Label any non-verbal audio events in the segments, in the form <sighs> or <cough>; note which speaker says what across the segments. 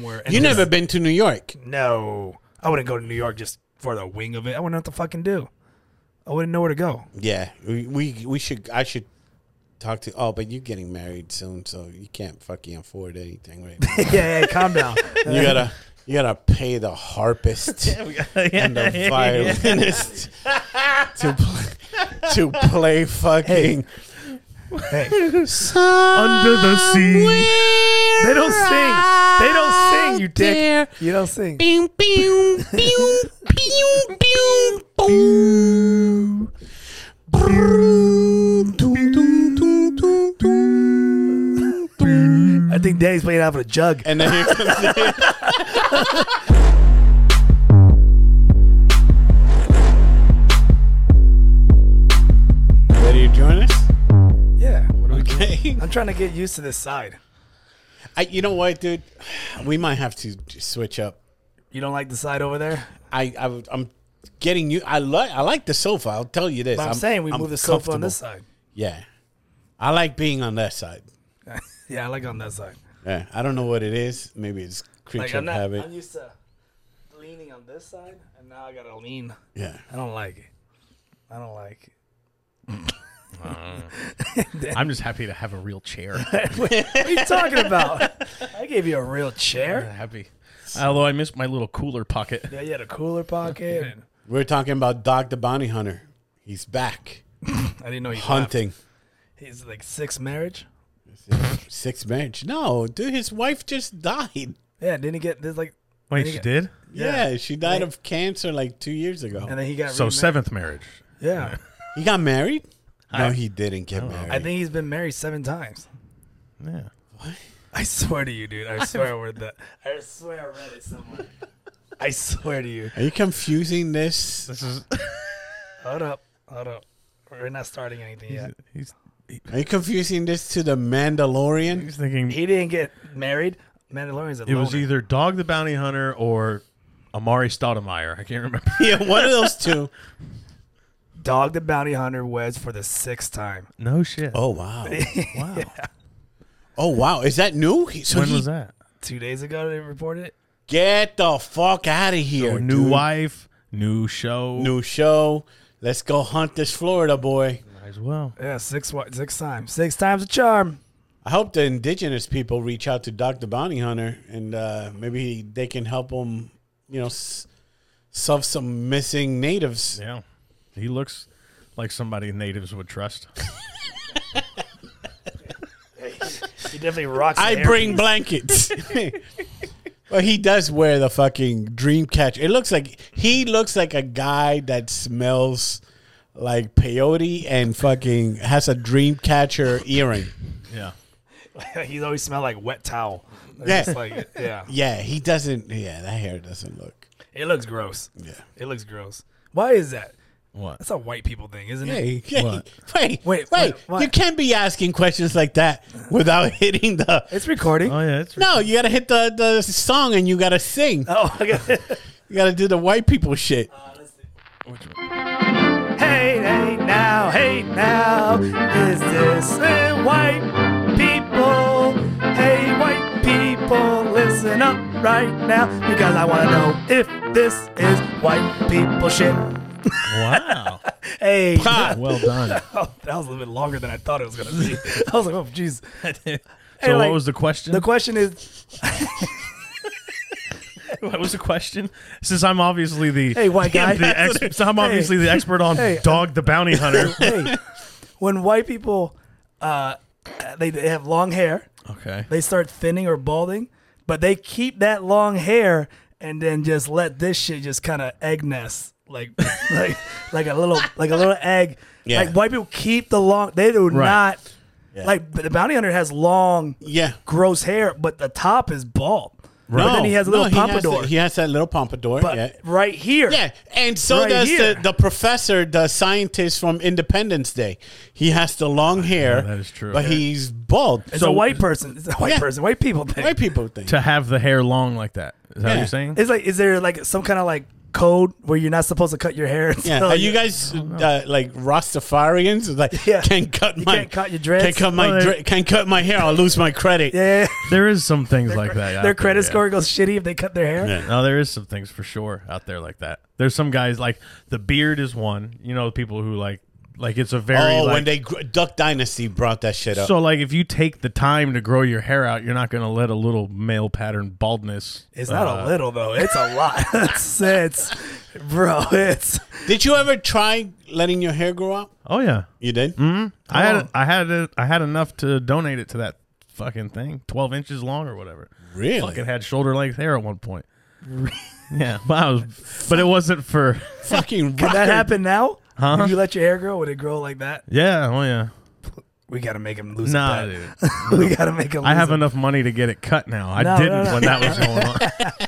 Speaker 1: somewhere.
Speaker 2: You
Speaker 1: just-
Speaker 2: never been to New York.
Speaker 1: No, I wouldn't go to New York just for the wing of it. I wouldn't know what to fucking do. I wouldn't know where to go.
Speaker 2: Yeah, we, we we should. I should talk to. Oh, but you're getting married soon, so you can't fucking afford
Speaker 1: <laughs>
Speaker 2: anything right now.
Speaker 1: <laughs> yeah, yeah, calm <laughs> down.
Speaker 2: you gotta you gotta pay
Speaker 1: <laughs>
Speaker 2: the harpist and the violinist to play, to play fucking
Speaker 1: Hey,
Speaker 2: under
Speaker 1: the sea. they don't sing. They don't sing. You dick.
Speaker 2: There.
Speaker 1: You don't <laughs> sing.
Speaker 2: Pew, pew, pew, pew, pew, boom. Brrr, doo, doo, doo, doo, doo, doo.
Speaker 1: I think Daddy's playing out of a jug.
Speaker 2: And then here <laughs> comes the Ready to join us?
Speaker 1: Yeah.
Speaker 2: Okay.
Speaker 1: I'm trying to get used to this side.
Speaker 2: I, you know what, dude? We might have to switch up.
Speaker 1: You don't like the side over there?
Speaker 2: I, I I'm getting you. I like I like the sofa. I'll tell you this.
Speaker 1: But I'm, saying we move the sofa on this side.
Speaker 2: Yeah, I like being on that side.
Speaker 1: yeah, I like on that side.
Speaker 2: Yeah, I don't know what it is. Maybe it's creature
Speaker 1: Like I'm
Speaker 2: of
Speaker 1: not.
Speaker 2: habit.
Speaker 1: I'm used to leaning on this side, and now I gotta lean.
Speaker 2: yeah,
Speaker 1: I don't like it. I don't like it.
Speaker 3: I'm just happy to have a real chair.
Speaker 1: What are you talking <laughs> about? I gave you a real chair.
Speaker 3: happy. Although I missed my little cooler pocket.
Speaker 1: Yeah, you had a cooler pocket. and-
Speaker 2: we we're talking about Dog the Bounty Hunter. He's back
Speaker 1: I didn't know you
Speaker 2: hunting.
Speaker 1: He's like six marriage.
Speaker 2: Six marriage. No, dude, his wife just died.
Speaker 1: Yeah, didn't he get this like?
Speaker 3: Wait,
Speaker 1: and he
Speaker 3: she
Speaker 1: got-
Speaker 3: did?
Speaker 2: Yeah, she died
Speaker 1: They-
Speaker 2: of cancer like two years ago.
Speaker 1: And then he got
Speaker 3: So
Speaker 1: remar-
Speaker 3: seventh marriage.
Speaker 1: Yeah,
Speaker 2: he got married.
Speaker 3: I-
Speaker 2: No, he didn't get married.
Speaker 1: I think he's been married seven times.
Speaker 3: Yeah.
Speaker 1: I swear to you, dude. <laughs> I swear we're the. I swear I read it <laughs> somewhere. I swear to you.
Speaker 2: Are you confusing this?
Speaker 3: This is
Speaker 1: Hold up, hold up. We're not starting anything yet.
Speaker 3: he's
Speaker 2: Are you confusing this to the Mandalorian?
Speaker 3: he's thinking
Speaker 1: He didn't get married. Mandalorian's a
Speaker 3: it was
Speaker 1: loner.
Speaker 3: either Dog the Bounty Hunter or Amari Stoudemire. I can't remember.
Speaker 2: <laughs> Yeah, one of those two.
Speaker 1: Dog the Bounty Hunter was for the sixth time.
Speaker 3: No shit.
Speaker 2: <laughs> Oh wow!
Speaker 3: wow.
Speaker 2: Oh wow! Is that new? He- So
Speaker 3: when
Speaker 2: he-
Speaker 3: was that?
Speaker 1: Two days ago they reported it.
Speaker 2: Get the fuck out of here!
Speaker 3: new
Speaker 2: Oh, dude.
Speaker 3: wife, new show.
Speaker 2: new show. Let's go hunt this Florida boy.
Speaker 3: Might as well.
Speaker 1: Yeah, six wi- six times. Six times a charm.
Speaker 2: I hope the indigenous people reach out to Dr. Bounty Hunter and uh, maybe they can help him. You know, s- solve some missing natives.
Speaker 3: Yeah. He looks like somebody natives would trust.
Speaker 1: He definitely rocks. the
Speaker 2: I
Speaker 1: hair.
Speaker 2: bring blankets. <laughs> Well, he does wear the fucking dream catcher. It looks like he looks like a guy that smells like peyote and fucking has a dream catcher earring.
Speaker 3: Yeah.
Speaker 1: <laughs> He's always smelled like wet towel. It's
Speaker 2: Yeah.
Speaker 1: just
Speaker 2: <laughs>
Speaker 1: like- yeah.
Speaker 2: Yeah, he doesn't. Yeah, that hair doesn't look.
Speaker 1: It looks gross.
Speaker 2: Yeah.
Speaker 1: It looks gross. Why is that? <laughs>
Speaker 3: What?
Speaker 1: That's a white people thing, isn't it?
Speaker 2: <laughs> Hey, hey,
Speaker 3: What?
Speaker 2: wait, wait,
Speaker 1: Wait,
Speaker 2: wait!
Speaker 1: what- what?
Speaker 2: You can't be asking questions like that without <laughs> hitting the.
Speaker 1: It's recording.
Speaker 3: Oh yeah, it's
Speaker 2: No, you gotta hit the the song and you gotta sing.
Speaker 1: <laughs> oh, I got it.
Speaker 2: You gotta do the white people shit.
Speaker 1: Hey, hey now, hey now, is this a white people? Hey, white people, listen up right now, because I want to know if this is white people shit.
Speaker 3: <laughs> wow.
Speaker 1: Hey, <laughs>
Speaker 2: Ha!
Speaker 3: well done.
Speaker 1: Oh, that was a little bit longer than I thought it was gonna be. <laughs> I was like, oh, jeez.
Speaker 3: so
Speaker 1: Hey,
Speaker 3: what
Speaker 1: like-
Speaker 3: was the question?
Speaker 1: The question
Speaker 2: <laughs>
Speaker 1: is,
Speaker 3: what was the question? Since I'm obviously <laughs> the
Speaker 1: Hey, white guy.
Speaker 3: the ex- so I'm obviously the expert on
Speaker 1: Hey.
Speaker 3: Dog the Bounty
Speaker 1: <laughs>
Speaker 3: Hunter.
Speaker 1: hey, when white people, uh, they, they have long hair,
Speaker 3: okay.
Speaker 1: they start thinning or balding, but they keep that long hair and then just let this shit just kind of egg nest like <laughs> like like a little like a
Speaker 2: <laughs>
Speaker 1: little egg.
Speaker 2: Yeah.
Speaker 1: Like white people keep the long. They do
Speaker 3: Right.
Speaker 1: not
Speaker 2: Yeah.
Speaker 1: like the bounty hunter has long
Speaker 2: Yeah.
Speaker 1: gross hair, but the top is bald. Right.
Speaker 2: No,
Speaker 1: But then he has a
Speaker 2: no,
Speaker 1: little
Speaker 2: he has the-
Speaker 1: pompadour.
Speaker 2: he has that little pompadour.
Speaker 1: but
Speaker 2: yeah.
Speaker 1: right here,
Speaker 2: Yeah, and so
Speaker 1: Right
Speaker 2: does
Speaker 1: here.
Speaker 2: the, the professor, the scientist from Independence Day. He has the long hair.
Speaker 3: that is true.
Speaker 2: But he's bald.
Speaker 1: it's
Speaker 3: So-
Speaker 1: a white person. It's a white
Speaker 2: Yeah.
Speaker 1: person. White people think.
Speaker 2: White people think.
Speaker 3: To have the hair long like that. Is that what
Speaker 2: Yeah.
Speaker 3: you're saying?
Speaker 1: It's like, is there like some kind of like code where you're not supposed to cut your hair.
Speaker 2: Yeah,
Speaker 1: until <laughs>
Speaker 2: are <laughs> you guys uh, like Rastafarians? It's Like,
Speaker 1: Yeah.
Speaker 2: can't cut
Speaker 1: You
Speaker 2: my
Speaker 1: can't cut your dreads.
Speaker 2: Can't cut my
Speaker 3: Well,
Speaker 2: dre- can't cut my hair. I'll lose my credit.
Speaker 1: Yeah,
Speaker 3: There is some things like that. out
Speaker 1: their
Speaker 3: there,
Speaker 1: credit
Speaker 3: yeah.
Speaker 1: score goes shitty if they cut their hair.
Speaker 2: Yeah.
Speaker 3: No, there is some things for sure out there like that. There's some guys like the beard is one. You know, people who like like it's a very
Speaker 2: oh,
Speaker 3: like,
Speaker 2: when they gr- Duck Dynasty brought that shit up.
Speaker 3: so like if you take the time to grow your hair out, you're not going to let a little male pattern baldness. uh,
Speaker 1: It's not a little though. It's a lot. <laughs> it's, it's, bro. It's
Speaker 2: Did you ever try letting your hair grow out?
Speaker 3: Oh yeah,
Speaker 2: You did.
Speaker 3: I
Speaker 1: How
Speaker 3: had
Speaker 1: long?
Speaker 3: I had it. I had enough to donate it to that fucking thing, twelve inches long or whatever.
Speaker 2: Really?
Speaker 3: Fucking had shoulder length hair at one
Speaker 1: <laughs>
Speaker 3: point. yeah, but I was, but it wasn't for.
Speaker 2: Fucking
Speaker 1: can that happen now?
Speaker 3: Huh?
Speaker 1: If you let your hair grow, would it grow like that?
Speaker 3: Yeah, oh yeah.
Speaker 1: We gotta make him lose.
Speaker 3: Nah,
Speaker 1: it
Speaker 3: dude.
Speaker 1: back. <laughs> we gotta make him.
Speaker 3: I
Speaker 1: lose
Speaker 3: have
Speaker 1: it.
Speaker 3: enough money to get it cut now. I
Speaker 1: No,
Speaker 3: didn't
Speaker 1: no, no.
Speaker 3: when
Speaker 1: <laughs>
Speaker 3: that was going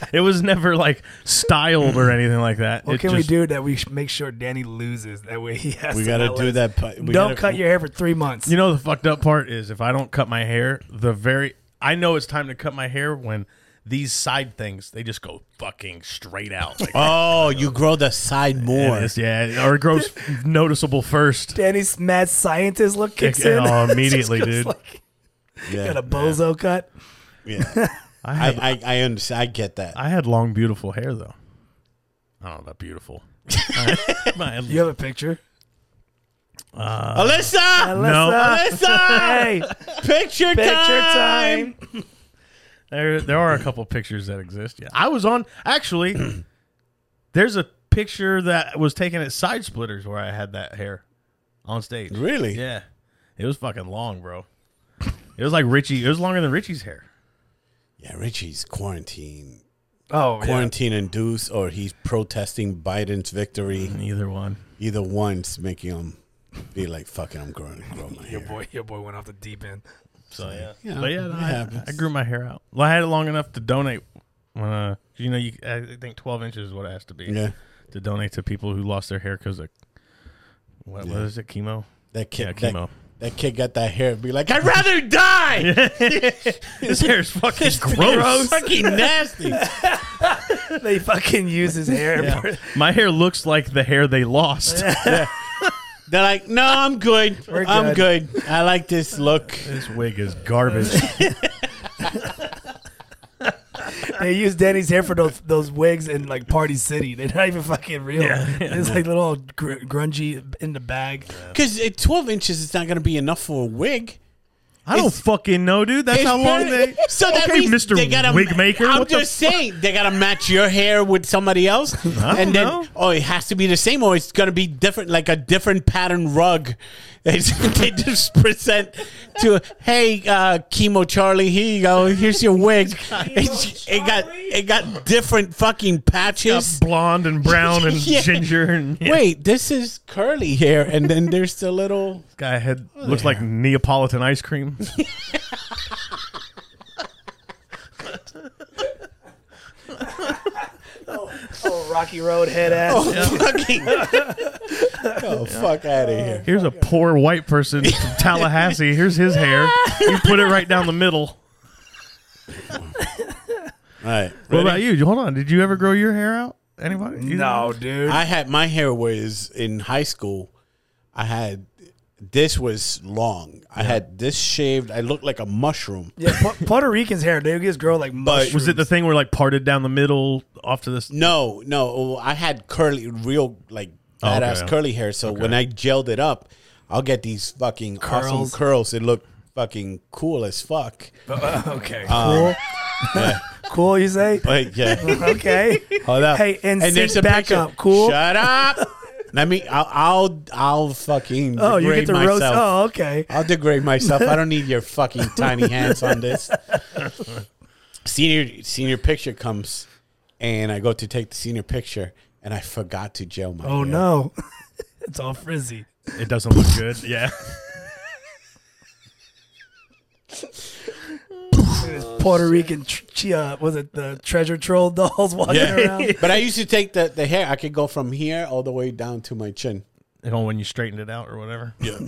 Speaker 3: on. it was never like styled or anything like that.
Speaker 1: What
Speaker 3: It
Speaker 1: can
Speaker 3: just-
Speaker 1: we do that we sh- make sure Danny loses? That way he has.
Speaker 2: We
Speaker 1: to
Speaker 2: gotta
Speaker 1: not
Speaker 2: do
Speaker 1: lose.
Speaker 2: that. pi- we
Speaker 1: Don't
Speaker 2: gotta-
Speaker 1: cut your hair for three months.
Speaker 3: You know the fucked up part is if I don't cut my hair, the very I know it's time to cut my hair when these side things they just go fucking straight out. Like,
Speaker 2: <laughs> Oh, you grow the side more.
Speaker 3: it's- yeah, or it <laughs> grows noticeable first.
Speaker 1: Danny's mad scientist look kicks
Speaker 3: Yeah,
Speaker 1: in. <laughs>
Speaker 3: oh, immediately,
Speaker 1: Just
Speaker 3: dude.
Speaker 1: like,
Speaker 2: Yeah,
Speaker 1: got a bozo cut.
Speaker 2: yeah.
Speaker 3: I
Speaker 2: I,
Speaker 3: had I,
Speaker 2: I, I understand. I get that.
Speaker 3: had long beautiful hair though. I don't know about <laughs> beautiful. I- I had-
Speaker 1: You have a picture?
Speaker 2: Alyssa,
Speaker 1: Alyssa!
Speaker 2: Alyssa,
Speaker 1: Hey,
Speaker 2: picture time.
Speaker 1: picture time.
Speaker 3: There, there are a couple pictures that exist. Yeah, I was on <clears throat> actually. there's a picture that was taken at Side Splitters where I had that hair on stage.
Speaker 2: Really?
Speaker 3: Yeah, it was fucking long, bro. It was like Richie. It was longer than Richie's hair.
Speaker 2: Yeah, Richie's quarantine,
Speaker 1: Oh, yeah.
Speaker 2: quarantine induced, or he's protesting Biden's victory.
Speaker 1: Mm-hmm.
Speaker 3: Neither one.
Speaker 2: Either one's making him be like, "Fuck it, I'm growing, growing my
Speaker 1: your
Speaker 2: hair."
Speaker 1: boy, your boy went off the deep end.
Speaker 3: So yeah,
Speaker 2: yeah,
Speaker 3: but yeah,
Speaker 2: it
Speaker 3: no,
Speaker 2: happens.
Speaker 3: I, I grew my hair out. Well, I had it long enough to donate. When uh, you know, you I think 12 inches is what it has to be.
Speaker 2: Yeah,
Speaker 3: To donate to people who lost their hair because of what, what is
Speaker 2: <laughs>
Speaker 3: it? Chemo.
Speaker 2: that kid,
Speaker 3: Yeah,
Speaker 2: that,
Speaker 3: chemo.
Speaker 2: that kid got that hair. Be like, I'd rather die.
Speaker 3: His hair is fucking
Speaker 2: Gross, fucking nasty.
Speaker 1: They fucking use his hair.
Speaker 3: Yeah. My hair looks like the hair they lost.
Speaker 2: They're like, no, I'm good.
Speaker 1: We're
Speaker 2: I'm good. I like this look.
Speaker 3: <laughs> this wig <laughs> is garbage.
Speaker 1: <laughs> They use Danny's hair for those those wigs in like Party City. <laughs> They're not even fucking real. <laughs> It's like little gr- grungy in the bag. <laughs>
Speaker 2: Because 12 inches is not going to be enough for a wig.
Speaker 3: I don't fucking know, dude. That's
Speaker 2: It's
Speaker 3: how long
Speaker 2: pretty-
Speaker 3: they.
Speaker 2: <laughs> So that
Speaker 3: okay,
Speaker 2: means
Speaker 3: Mr.
Speaker 2: they gotta,
Speaker 3: wig maker.
Speaker 2: I'm
Speaker 3: what the
Speaker 2: just saying they gotta match your hair with somebody
Speaker 3: <laughs>
Speaker 2: else, and then
Speaker 3: know.
Speaker 2: oh, it has to be the same, or it's gonna be different, like a different pattern rug. <laughs> It's- they just present to hey, uh, chemo Charlie, here you go, here's your
Speaker 3: <laughs>
Speaker 2: wig. It's- it got it got different fucking
Speaker 3: fuck?
Speaker 2: patches.
Speaker 3: blonde
Speaker 2: <laughs>
Speaker 3: and brown and
Speaker 2: Yeah.
Speaker 3: ginger and <laughs> yeah.
Speaker 2: Wait, this is curly hair, and then there's the
Speaker 3: <laughs>
Speaker 2: little.
Speaker 3: guy had looks like Neapolitan ice cream.
Speaker 1: Oh, Rocky Road head ass.
Speaker 3: <laughs>
Speaker 2: Fucking, oh fuck out of here!
Speaker 3: Here's a poor white
Speaker 1: <laughs>
Speaker 3: person from Tallahassee. Here's his hair. You put it right down the middle.
Speaker 2: All right,
Speaker 3: What about you? Hold on. Did you ever grow your hair out? Anybody?
Speaker 1: <laughs>
Speaker 3: Either
Speaker 1: No, dude.
Speaker 2: I had my hair was in high school. I had this was long. I had this shaved. I looked like a mushroom.
Speaker 1: yeah, Pu- Puerto Ricans hair. They just grow like mushrooms.
Speaker 3: Was it the thing where like parted down the middle off to this?
Speaker 2: No, no, I had curly, real like badass
Speaker 3: Oh, okay.
Speaker 2: curly hair. So when I gelled it up, I'll get these fucking awesome
Speaker 1: Curls.
Speaker 2: curls. It looked fucking cool as fuck.
Speaker 1: <laughs> okay. cool. <laughs> Cool, you say?
Speaker 2: But yeah,
Speaker 3: <laughs>
Speaker 1: Okay. <laughs>
Speaker 2: hold up.
Speaker 1: Hey, and,
Speaker 2: there's
Speaker 1: sync
Speaker 2: a
Speaker 1: back
Speaker 2: picture.
Speaker 1: up. Cool. <laughs>
Speaker 2: Shut up. Let me. I'll. I'll. I'll fucking.
Speaker 1: oh, you get
Speaker 2: degrade
Speaker 1: the
Speaker 2: myself.
Speaker 1: roast. Oh, okay.
Speaker 2: I'll degrade myself. I don't need
Speaker 1: <laughs>
Speaker 2: your fucking tiny hands on this. Senior senior picture comes, and I go to take the senior picture, and I forgot to gel my.
Speaker 1: Oh
Speaker 2: hair.
Speaker 1: no, <laughs> it's all frizzy.
Speaker 3: It doesn't look
Speaker 1: <laughs>
Speaker 3: good. Yeah.
Speaker 1: Puerto Rican, tr- chi- uh, was it the treasure troll <laughs> dolls walking
Speaker 2: Yeah,
Speaker 3: <laughs>
Speaker 1: around?
Speaker 2: but I used to take the, the hair. I could go from here all the way down to my chin.
Speaker 3: You know, when you straightened it out or whatever.
Speaker 2: Yeah.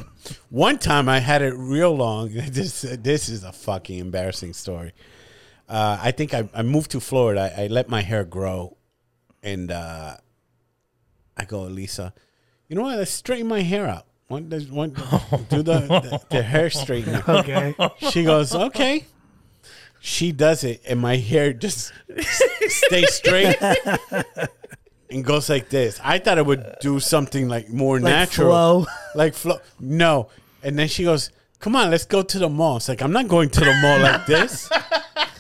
Speaker 2: One time I had it real long. <laughs> This this is a fucking embarrassing story. Uh, I think I, I moved to Florida. I, I let my hair grow, and uh, I go, Lisa, you know what? Let's straighten my hair out. One, does- one, do the, the, the hair straightener.
Speaker 4: Okay.
Speaker 2: She goes, okay. She does it, and my hair just s- stays straight and goes like this. I thought it would do something like more
Speaker 1: Like
Speaker 2: natural,
Speaker 1: flow.
Speaker 2: like flow. No, and then she goes, "Come on, let's go to the mall." It's like I'm not going to the mall like this.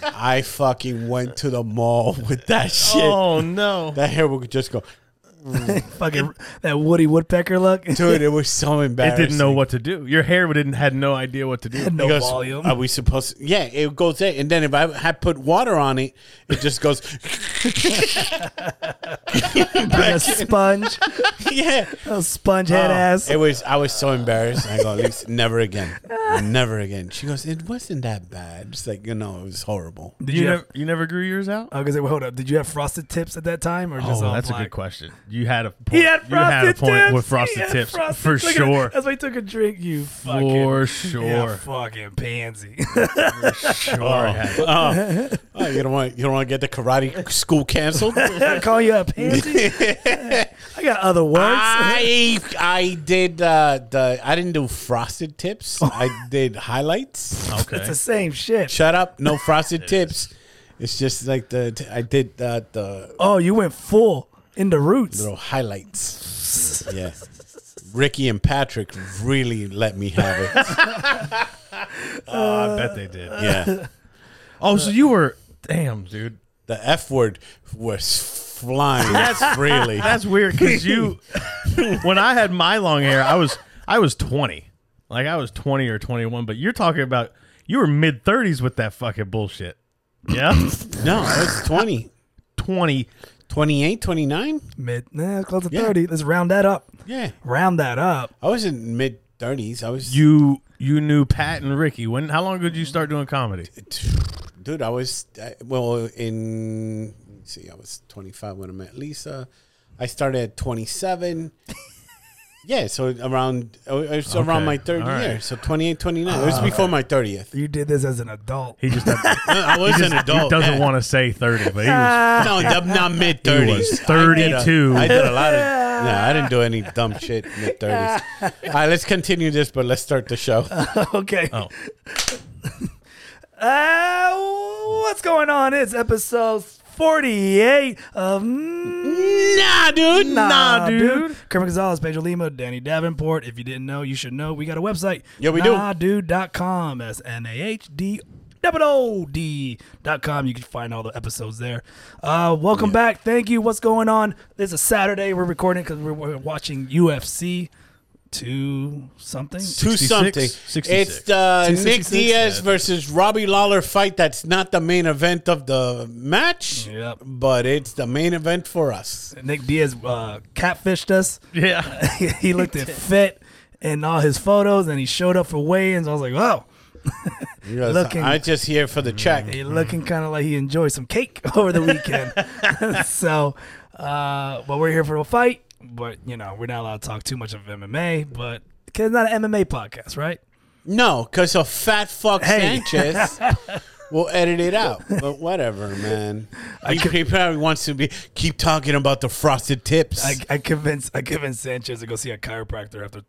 Speaker 2: I fucking went to the mall with that shit.
Speaker 3: Oh no!
Speaker 2: That hair would just go,
Speaker 1: <laughs> Fucking that Woody Woodpecker look. <laughs>
Speaker 2: dude. It was so
Speaker 3: It
Speaker 2: embarrassing.
Speaker 3: didn't know what to do. Your hair didn't had no idea what to do.
Speaker 1: no
Speaker 2: It goes,
Speaker 1: volume.
Speaker 2: Are we supposed? To, yeah, it goes there, and then if I had put water on it, it just goes. <laughs>
Speaker 1: Like a sponge.
Speaker 2: yeah,
Speaker 1: a sponge head
Speaker 2: Oh,
Speaker 1: ass.
Speaker 2: It was. I was so embarrassed. I go, at least never again, never again. She goes, it wasn't that bad. Just like you know, it was horrible.
Speaker 1: Did
Speaker 3: You,
Speaker 1: you?
Speaker 3: nev-
Speaker 1: Have,
Speaker 3: you never grew yours out?
Speaker 1: I was gonna say, well, hold up. Did you have frosted tips at that time, or just
Speaker 3: Oh,
Speaker 1: all
Speaker 3: that's a
Speaker 1: black?
Speaker 3: good question. You had a point.
Speaker 1: He had
Speaker 3: you had
Speaker 1: frosted
Speaker 3: a point
Speaker 1: tips.
Speaker 3: with
Speaker 1: He
Speaker 3: frosted
Speaker 1: had
Speaker 3: tips
Speaker 1: frosted-
Speaker 3: for
Speaker 1: Look at
Speaker 3: sure.
Speaker 1: that. That's why he took a drink. You fucking
Speaker 3: For
Speaker 1: Yeah,
Speaker 3: sure.
Speaker 1: fucking pansy. <laughs>
Speaker 3: <laughs> sure. I had it.
Speaker 2: Oh, oh, you don't want you don't want to get the karate school canceled.
Speaker 1: I call you a
Speaker 3: <laughs>
Speaker 1: pansy. I got other words.
Speaker 3: Ah.
Speaker 2: I I did uh, the I didn't do frosted tips. I did highlights.
Speaker 1: It's
Speaker 3: Okay.
Speaker 1: the same shit.
Speaker 2: Shut up, no frosted tips. It's just like the t- I did uh, the
Speaker 1: Oh, you went full in the roots.
Speaker 2: little highlights. Yeah. Ricky and Patrick really let me have it.
Speaker 3: Oh, I bet they did.
Speaker 2: Yeah.
Speaker 3: Oh, so you were damn, dude.
Speaker 2: The F word was flying freely.
Speaker 3: That's weird <laughs> because you, when I had my long hair, I was I was twenty, like I was twenty or twenty one. But you're talking about you were mid thirties with that fucking bullshit. <laughs> Yeah,
Speaker 2: No, I was 20.
Speaker 3: twenty.
Speaker 2: 28, 29?
Speaker 1: Mid, nah, it's close to
Speaker 2: Yeah.
Speaker 1: thirty. Let's round that up.
Speaker 2: Yeah.
Speaker 1: Round that up.
Speaker 2: I was in mid 30s. I was
Speaker 3: You you knew Pat and Ricky. When? How long ago did you start doing comedy?
Speaker 2: dude, I was I, well in. Let me see, I was 25 when I met Lisa. I started at
Speaker 3: <laughs>
Speaker 2: 27. yeah, so around it was around
Speaker 3: Okay,
Speaker 2: my third
Speaker 3: all right. Ah,
Speaker 2: year. So 28, 29. it was before my
Speaker 3: <laughs>
Speaker 2: 30th.
Speaker 1: You did this as an adult.
Speaker 3: He just <laughs> he
Speaker 2: I was an adult.
Speaker 3: doesn't
Speaker 2: yeah.
Speaker 3: want to say thirty, but he was.
Speaker 2: No, I'm not mid thirties.
Speaker 3: was 32.
Speaker 2: I, did a lot of.
Speaker 1: <laughs>
Speaker 2: No, I didn't do any dumb shit mid thirties. All right, let's continue this, but let's start
Speaker 1: <laughs>
Speaker 2: the show.
Speaker 1: <laughs> okay.
Speaker 3: Oh.
Speaker 1: Uh, what's going on? It's episode 48 of Nah,
Speaker 2: dude.
Speaker 3: Nah, dude.
Speaker 1: Kermit Gonzalez, Pedro Lima, Danny Davenport. If you didn't know, you should know. We got a website.
Speaker 2: Yeah, we do.
Speaker 1: Nahdude.com. That's N A H D double O D dot com. You can find all the episodes there. Uh, welcome back. Thank you. What's going on? This is Saturday. We're recording because we're, we're watching UFC. Two something.
Speaker 2: Two
Speaker 3: 66,
Speaker 2: something.
Speaker 3: 66.
Speaker 2: It's the Nick
Speaker 1: 266?
Speaker 2: Diaz versus Robbie Lawler fight. That's not the main event of the match,
Speaker 1: Yep.
Speaker 2: but it's the main event for us.
Speaker 1: Nick Diaz uh, catfished us.
Speaker 3: <laughs>
Speaker 1: <laughs>
Speaker 3: Yeah.
Speaker 1: he
Speaker 3: <laughs>
Speaker 1: looked at fit in all his photos, and he showed up for weigh-ins. I was like, oh,
Speaker 2: Because
Speaker 1: Looking-
Speaker 2: I just here for the check.
Speaker 1: he looking kind of like he enjoyed some cake <laughs> over the weekend. <laughs> so, uh, but we're here for a fight. But you know, we're not allowed to talk too much of MMA. But because it's not an MMA podcast, right?
Speaker 2: No, because of fat fuck
Speaker 1: Hey. <laughs>
Speaker 2: Sanchez. We'll edit it out, but whatever, man. He, he probably wants to be keep talking about the frosted tips.
Speaker 1: I, I convinced I convinced Sanchez to go see a chiropractor after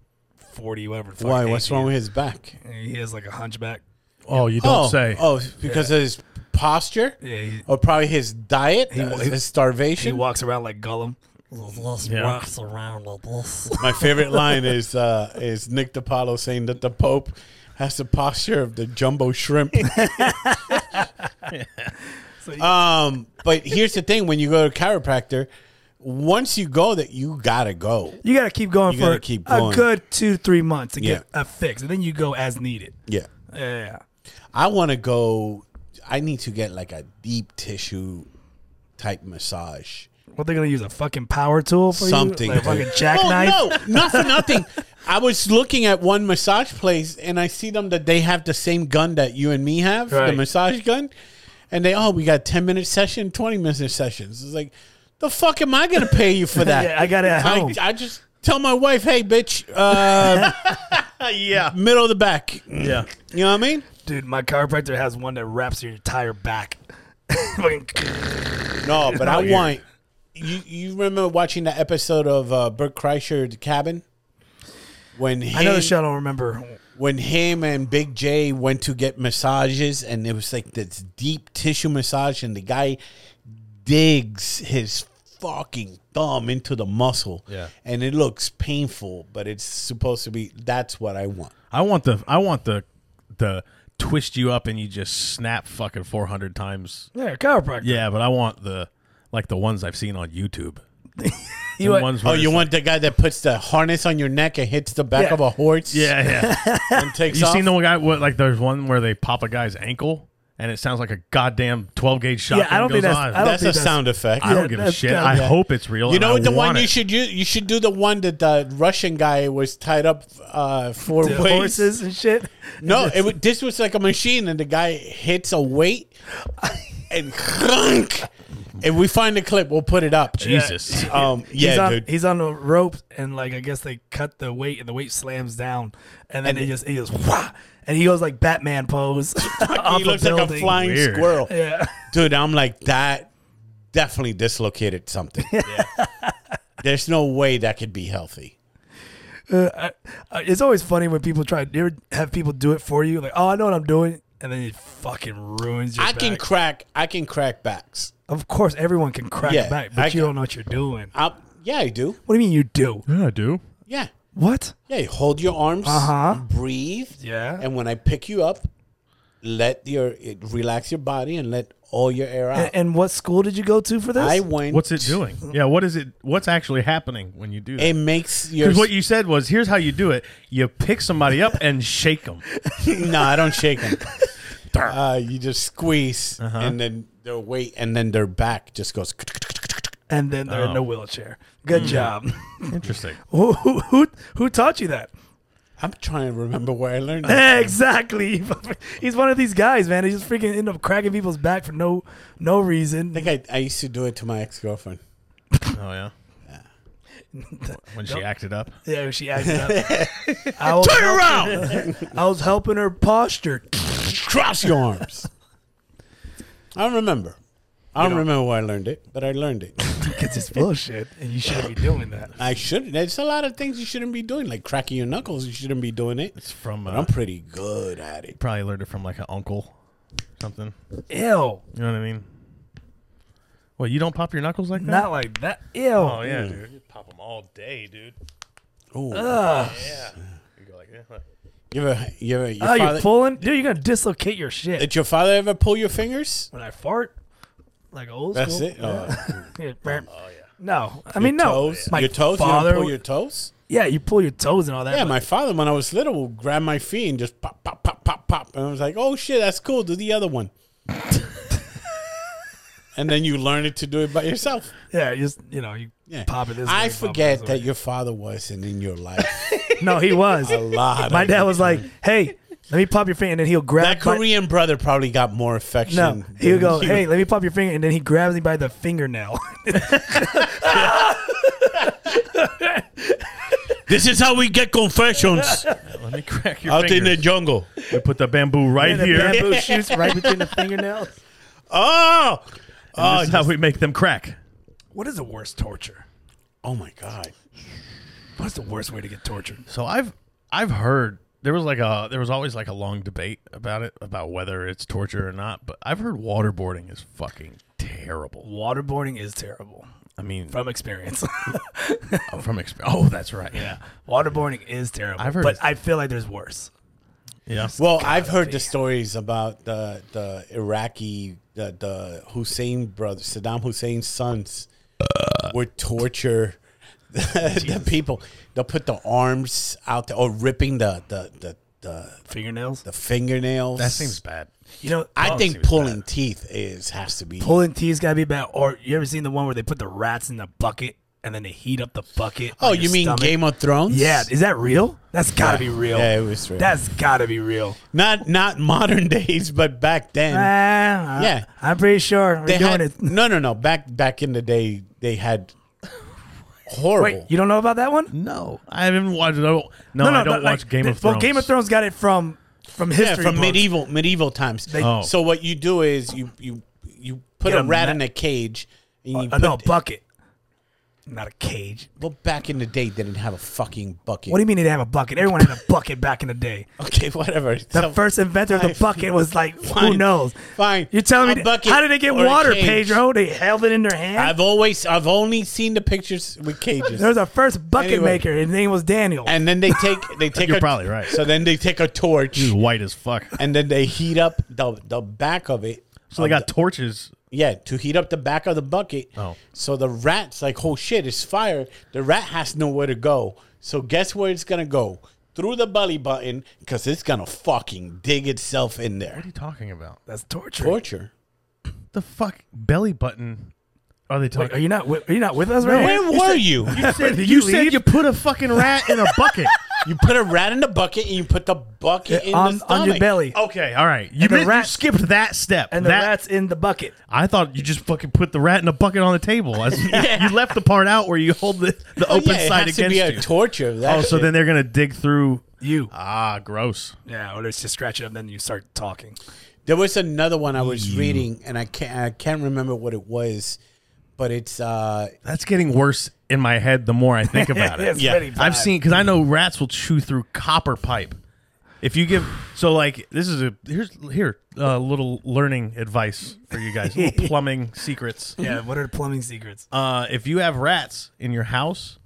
Speaker 1: forty whatever. the fuck
Speaker 2: Why?
Speaker 1: age
Speaker 2: What's
Speaker 1: he
Speaker 2: wrong
Speaker 1: is.
Speaker 2: with his back?
Speaker 1: He has like a hunchback.
Speaker 3: Oh, you don't
Speaker 2: oh,
Speaker 3: say.
Speaker 2: Oh, because of his posture,
Speaker 1: Yeah, he,
Speaker 2: or probably his diet, uh,
Speaker 1: he-
Speaker 2: his
Speaker 1: he
Speaker 2: starvation.
Speaker 1: walks around like Gollum.
Speaker 3: Yeah.
Speaker 2: My favorite line is uh, is Nick DiPaolo saying that the Pope has the posture of the jumbo shrimp. um, but here's the thing: when you go to a chiropractor, once you go, that you gotta go.
Speaker 1: <laughs> You got to keep going
Speaker 2: You
Speaker 1: for
Speaker 2: gotta keep
Speaker 1: a
Speaker 2: going.
Speaker 1: good two, three months to get a fix, and then you go as needed.
Speaker 2: Yeah,
Speaker 1: Yeah.
Speaker 2: I want to go. I need to get like a deep tissue type massage.
Speaker 1: What they're gonna use a fucking power tool for
Speaker 2: Something,
Speaker 1: you? like a
Speaker 2: dude. <laughs>
Speaker 1: fucking jackknife.
Speaker 2: Oh no, not for nothing. I was looking at one massage place and I see them that they have the same gun that you and me have, the
Speaker 1: Right.
Speaker 2: massage gun. And they oh, we got ten minute session, twenty minute sessions. It's like, the fuck am I gonna pay you
Speaker 1: <laughs>
Speaker 2: for that?
Speaker 1: Yeah, I got it at
Speaker 2: I,
Speaker 1: home.
Speaker 2: I just tell my wife, hey bitch,
Speaker 1: <laughs>
Speaker 2: uh,
Speaker 3: yeah.
Speaker 2: middle of the back. You
Speaker 3: Yeah.
Speaker 2: know what I mean?
Speaker 1: Dude, my chiropractor has one that wraps your entire back. <laughs> Fucking-
Speaker 2: No, but I
Speaker 1: not you.
Speaker 2: want you you remember watching that episode of uh, Bert Kreischer's Cabin when him,
Speaker 1: I <clears throat> know the show. I don't remember.
Speaker 2: when him and Big J went to get massages and it was like this deep tissue massage and the guy digs his fucking thumb into the muscle
Speaker 3: Yeah.
Speaker 2: and it looks painful but it's supposed to be that's what I want
Speaker 3: I want the I want the the twist you up and you just snap fucking four hundred times.
Speaker 1: Yeah, chiropractor.
Speaker 3: Yeah, but I want the like the ones I've seen on
Speaker 1: <laughs>
Speaker 3: YouTube.
Speaker 1: You
Speaker 3: The
Speaker 1: want-
Speaker 3: ones
Speaker 2: oh
Speaker 3: where
Speaker 2: you
Speaker 3: it's
Speaker 2: want the guy that puts the harness on your neck and hits the back
Speaker 1: Yeah.
Speaker 2: of a horse
Speaker 3: like- yeah, yeah.
Speaker 1: <laughs>
Speaker 2: <laughs> and takes
Speaker 3: You
Speaker 2: off
Speaker 3: seen the one guy? What like? There's one where they pop a guy's ankle, and it sounds like a goddamn 12 gauge shot.
Speaker 1: Yeah, I don't
Speaker 3: goes
Speaker 1: think that's-
Speaker 3: on.
Speaker 1: I don't
Speaker 2: that's a
Speaker 1: think that's-
Speaker 2: sound effect
Speaker 3: I don't
Speaker 1: Yeah,
Speaker 3: give a
Speaker 1: that's
Speaker 3: shit.
Speaker 1: kinda-
Speaker 3: I
Speaker 1: yeah.
Speaker 3: hope it's real.
Speaker 2: You
Speaker 3: and
Speaker 2: know
Speaker 3: I
Speaker 2: what the one
Speaker 3: want
Speaker 2: you
Speaker 3: it.
Speaker 2: should use? You should do the one that the Russian guy was tied up uh, four
Speaker 1: the
Speaker 2: ways.
Speaker 1: horses and shit.
Speaker 2: No, it, wa- this was like a machine, and the guy hits a weight
Speaker 1: <laughs>
Speaker 2: and clunk. If we find the clip, we'll put it up.
Speaker 3: Jesus.
Speaker 2: Um, <laughs> yeah,
Speaker 1: he's on,
Speaker 2: dude.
Speaker 1: He's on the ropes, and like I guess they cut the weight, and the weight slams down, and then
Speaker 2: And
Speaker 1: he just he just wah, and he goes like Batman pose. <laughs> off
Speaker 2: <laughs> he looks like a
Speaker 1: building.
Speaker 2: flying
Speaker 3: Weird.
Speaker 2: squirrel,
Speaker 1: Yeah,
Speaker 2: dude. I'm like that. Definitely dislocated something. There's no way that could be healthy.
Speaker 1: Uh, I- it's always funny when people try. You ever have people do it for you? Like, oh, I know what I'm doing, and then it fucking ruins your.
Speaker 2: I can
Speaker 1: back.
Speaker 2: crack. I can crack backs.
Speaker 1: of course, everyone can crack
Speaker 2: Yeah,
Speaker 1: back,
Speaker 2: I
Speaker 1: but you
Speaker 2: can-
Speaker 1: don't know what you're doing.
Speaker 2: I, yeah, I do.
Speaker 1: What do you mean you do?
Speaker 3: Yeah, I do.
Speaker 2: Yeah.
Speaker 1: What?
Speaker 2: Yeah, you hold your arms,
Speaker 1: Uh-huh.
Speaker 2: breathe.
Speaker 1: Yeah.
Speaker 2: And when I pick you up, let your it- relax your body and let all your air out.
Speaker 1: And, and what school did you go to for this?
Speaker 2: I went.
Speaker 3: What's it
Speaker 1: <laughs>
Speaker 3: doing? Yeah, what is it? What's actually happening when you do that?
Speaker 2: It makes your.
Speaker 3: Because what you said was, here's how you do it: you pick somebody up and
Speaker 1: <laughs>
Speaker 3: shake them.
Speaker 2: <laughs> no, I don't shake them. uh, you just squeeze, and then their weight, and then their back just goes.
Speaker 1: and then they're in
Speaker 2: Oh.
Speaker 1: the wheelchair. Good
Speaker 2: Mm.
Speaker 1: job. <laughs>
Speaker 3: Interesting.
Speaker 1: who, who who who taught you that? <laughs>
Speaker 2: I'm trying to remember where I learned that.
Speaker 1: Eh. Exactly. <laughs> He's one of these guys, man. He just freaking end up cracking people's back for no no
Speaker 2: I
Speaker 1: reason.
Speaker 2: think I, I used to do it to my ex girlfriend.
Speaker 3: Oh yeah. <laughs> When she acted up.
Speaker 1: Yeah, she acted up.
Speaker 2: <laughs>
Speaker 1: I was Turn around. <laughs> I was helping her posture. <laughs>
Speaker 2: Cross your arms. I don't remember. I don't remember where I learned it, but I learned it.
Speaker 1: Because it's bullshit, and you shouldn't be doing that.
Speaker 2: I shouldn't. There's a lot of things you shouldn't be doing, like cracking your knuckles. You shouldn't be doing it.
Speaker 3: It's from.
Speaker 2: But
Speaker 3: Uh,
Speaker 2: I'm pretty good at it.
Speaker 3: probably learned it from like an uncle, something.
Speaker 1: Ew.
Speaker 3: You know what I mean? Well, you don't pop your knuckles like that.
Speaker 1: Not like that. Ew.
Speaker 3: Oh yeah,
Speaker 1: Mm.
Speaker 3: dude. You pop them all day, dude.
Speaker 2: Ooh.
Speaker 1: Ugh.
Speaker 3: Yeah. You go like, eh.
Speaker 2: You ever, you ever, your
Speaker 1: Oh,
Speaker 2: father,
Speaker 1: you're pulling? Dude, you're going to dislocate your shit.
Speaker 2: did your father ever pull your fingers?
Speaker 1: when I fart, like old
Speaker 2: That's
Speaker 1: school.
Speaker 2: it. Uh,
Speaker 1: Yeah, burp. No, I mean
Speaker 2: your
Speaker 1: no.
Speaker 2: toes.
Speaker 1: My
Speaker 2: your toes. you
Speaker 1: Father,
Speaker 2: don't pull your toes.
Speaker 1: yeah, you pull your toes and all that.
Speaker 2: Yeah,
Speaker 1: but
Speaker 2: my father, when I was little, would grab my feet and just pop, pop, pop, pop, pop, and I was like, "Oh shit, that's cool. Do the
Speaker 1: <laughs>
Speaker 2: other one." and then you learn it to do it by yourself.
Speaker 1: yeah, you just you know, you
Speaker 2: Yeah.
Speaker 1: pop it this. way,
Speaker 2: I
Speaker 1: pop it
Speaker 2: forget
Speaker 1: this way.
Speaker 2: that your father wasn't in your life
Speaker 1: No, he
Speaker 2: <laughs>
Speaker 1: was.
Speaker 2: a lot.
Speaker 1: my
Speaker 2: of
Speaker 1: dad
Speaker 2: the
Speaker 1: was like, "Hey, let me pop your finger," and then he'll grab
Speaker 2: That
Speaker 1: my-
Speaker 2: Korean brother probably got more affection.
Speaker 1: No, he'll
Speaker 2: than
Speaker 1: go,
Speaker 2: you.
Speaker 1: "Hey, let me pop your finger," and then he grabs me by the fingernail. <laughs>
Speaker 2: This is how we
Speaker 1: <laughs>
Speaker 2: get confessions
Speaker 3: Let me crack your
Speaker 2: out in the
Speaker 3: fingers.
Speaker 2: jungle.
Speaker 3: We put the bamboo right
Speaker 1: and the
Speaker 3: here. <laughs>
Speaker 1: bamboo shoots right between the fingernails.
Speaker 2: Oh,
Speaker 3: oh,
Speaker 2: oh,
Speaker 3: this is how we make them crack.
Speaker 1: What is the worst torture?
Speaker 2: oh my god!
Speaker 1: What's the worst way to get tortured?
Speaker 3: So I've I've heard there was like a there was always like a long debate about it about whether it's torture or not. But I've heard waterboarding is fucking terrible.
Speaker 1: Waterboarding is terrible
Speaker 3: I mean,
Speaker 1: from experience. <laughs>
Speaker 3: oh, from experience. Oh, that's right. Yeah,
Speaker 1: Waterboarding is terrible.
Speaker 3: I've heard
Speaker 1: but
Speaker 3: it's-
Speaker 1: I feel like there's worse.
Speaker 3: yeah.
Speaker 2: Well, I've heard the stories about the the Iraqi the the Hussein brother Saddam Hussein's sons would torture <laughs> the, the people. They'll put the arms out there or ripping the the the the,
Speaker 1: Fingernails.
Speaker 2: the fingernails.
Speaker 3: That seems bad.
Speaker 1: You know,
Speaker 2: I
Speaker 1: oh,
Speaker 2: think
Speaker 3: seems
Speaker 2: pulling teeth is has to be.
Speaker 1: pulling teeth's gotta be bad. Or you ever seen the one where they put the rats in the bucket and then they heat up the bucket?
Speaker 2: oh,
Speaker 1: on your
Speaker 2: you mean
Speaker 1: stomach?
Speaker 2: Game of Thrones?
Speaker 1: Yeah, is that real? That's gotta be real.
Speaker 2: Yeah, it was real.
Speaker 1: That's gotta be real.
Speaker 2: Not not modern <laughs> days, but back then.
Speaker 1: Ah,
Speaker 2: Yeah.
Speaker 1: I'm pretty sure we're
Speaker 2: they
Speaker 1: doing
Speaker 2: had,
Speaker 1: it.
Speaker 2: No, no, no. Back back in the day, they had horrible.
Speaker 1: Wait, you don't know about that one?
Speaker 3: No, I haven't watched. I don't, no, I don't
Speaker 1: but,
Speaker 3: watch
Speaker 1: like,
Speaker 3: Game
Speaker 1: the-
Speaker 3: of Thrones.
Speaker 1: Well, Game of Thrones got it from from history.
Speaker 2: yeah, from
Speaker 1: books.
Speaker 2: medieval medieval times.
Speaker 3: Oh.
Speaker 2: So what you do is you you you put
Speaker 1: Get
Speaker 2: a
Speaker 1: a
Speaker 2: rat
Speaker 1: ma-
Speaker 2: in a cage and you
Speaker 1: Uh, no,
Speaker 2: put-
Speaker 1: bucket. Not a cage.
Speaker 2: Well, back in the day, they didn't have a fucking bucket.
Speaker 1: What do you mean they didn't have a bucket? Everyone had a bucket back in the day.
Speaker 2: okay, <laughs> whatever.
Speaker 1: The first inventor of the bucket was like, who
Speaker 2: Fine.
Speaker 1: knows?
Speaker 2: Fine.
Speaker 1: You're telling
Speaker 2: A
Speaker 1: me
Speaker 2: bucket
Speaker 1: how did they get
Speaker 2: or a
Speaker 1: water,
Speaker 2: cage.
Speaker 1: Pedro? They held it in their hand.
Speaker 2: I've always, I've only seen the pictures with cages.
Speaker 1: there was a first bucket
Speaker 2: Anyway.
Speaker 1: maker. His name was Daniel.
Speaker 2: and then they take,
Speaker 3: <laughs>
Speaker 2: they take.
Speaker 3: You're
Speaker 2: a,
Speaker 3: probably right.
Speaker 2: So then they take a torch
Speaker 3: He's white as fuck.
Speaker 2: and then they heat up the the back of it.
Speaker 3: <laughs> So they got torches.
Speaker 2: Yeah, to heat up the back of the bucket.
Speaker 3: Oh.
Speaker 2: So the rat's like, oh shit, it's fire. The rat has nowhere to go. So guess where it's gonna go? Through the belly button, because it's gonna fucking dig itself in there.
Speaker 3: What are you talking about?
Speaker 1: That's torture.
Speaker 2: Torture.
Speaker 3: The fuck belly button? Are they
Speaker 1: Wait,
Speaker 3: talking?
Speaker 1: are you not? wi- Are you not with us right
Speaker 2: Where
Speaker 1: now?
Speaker 2: were
Speaker 3: <laughs>
Speaker 2: you? <laughs>
Speaker 3: you said,
Speaker 1: Did
Speaker 3: you
Speaker 1: you
Speaker 3: said
Speaker 1: leave?
Speaker 3: you put a fucking rat in a <laughs> bucket.
Speaker 2: You put a rat in the bucket and you put the bucket
Speaker 3: Uh,
Speaker 2: in
Speaker 1: on,
Speaker 2: the
Speaker 1: on your
Speaker 2: stomach. Oh,
Speaker 1: belly,
Speaker 3: okay, all right. You,
Speaker 1: And the
Speaker 3: missed- you
Speaker 1: rat-
Speaker 3: skipped that step.
Speaker 1: and the
Speaker 3: That-
Speaker 1: rat's in the bucket.
Speaker 3: I thought you just fucking put the rat in a bucket on the table. <laughs> I- You left the part out where you hold the, the
Speaker 2: Oh,
Speaker 3: open
Speaker 2: yeah, it
Speaker 3: side
Speaker 2: has
Speaker 3: against
Speaker 2: to be
Speaker 3: you.
Speaker 2: a torture. That
Speaker 3: oh, so
Speaker 2: shit.
Speaker 3: then they're gonna dig through.
Speaker 1: You.
Speaker 3: Ah, gross.
Speaker 1: Yeah, or it's just scratch it up, then you start <laughs> talking.
Speaker 2: There was another one I was reading, and I can't I can't remember what it was, but it's uh
Speaker 3: That's getting worse in my head the more I <laughs> think about it.
Speaker 1: It's
Speaker 2: Yeah.
Speaker 1: pretty bad.
Speaker 3: I've seen because I know rats will chew through copper pipe. If you give so like this is a here's here a little learning advice for you guys little plumbing secrets.
Speaker 1: Yeah, what are the plumbing secrets?
Speaker 3: Uh, if you have rats in your house,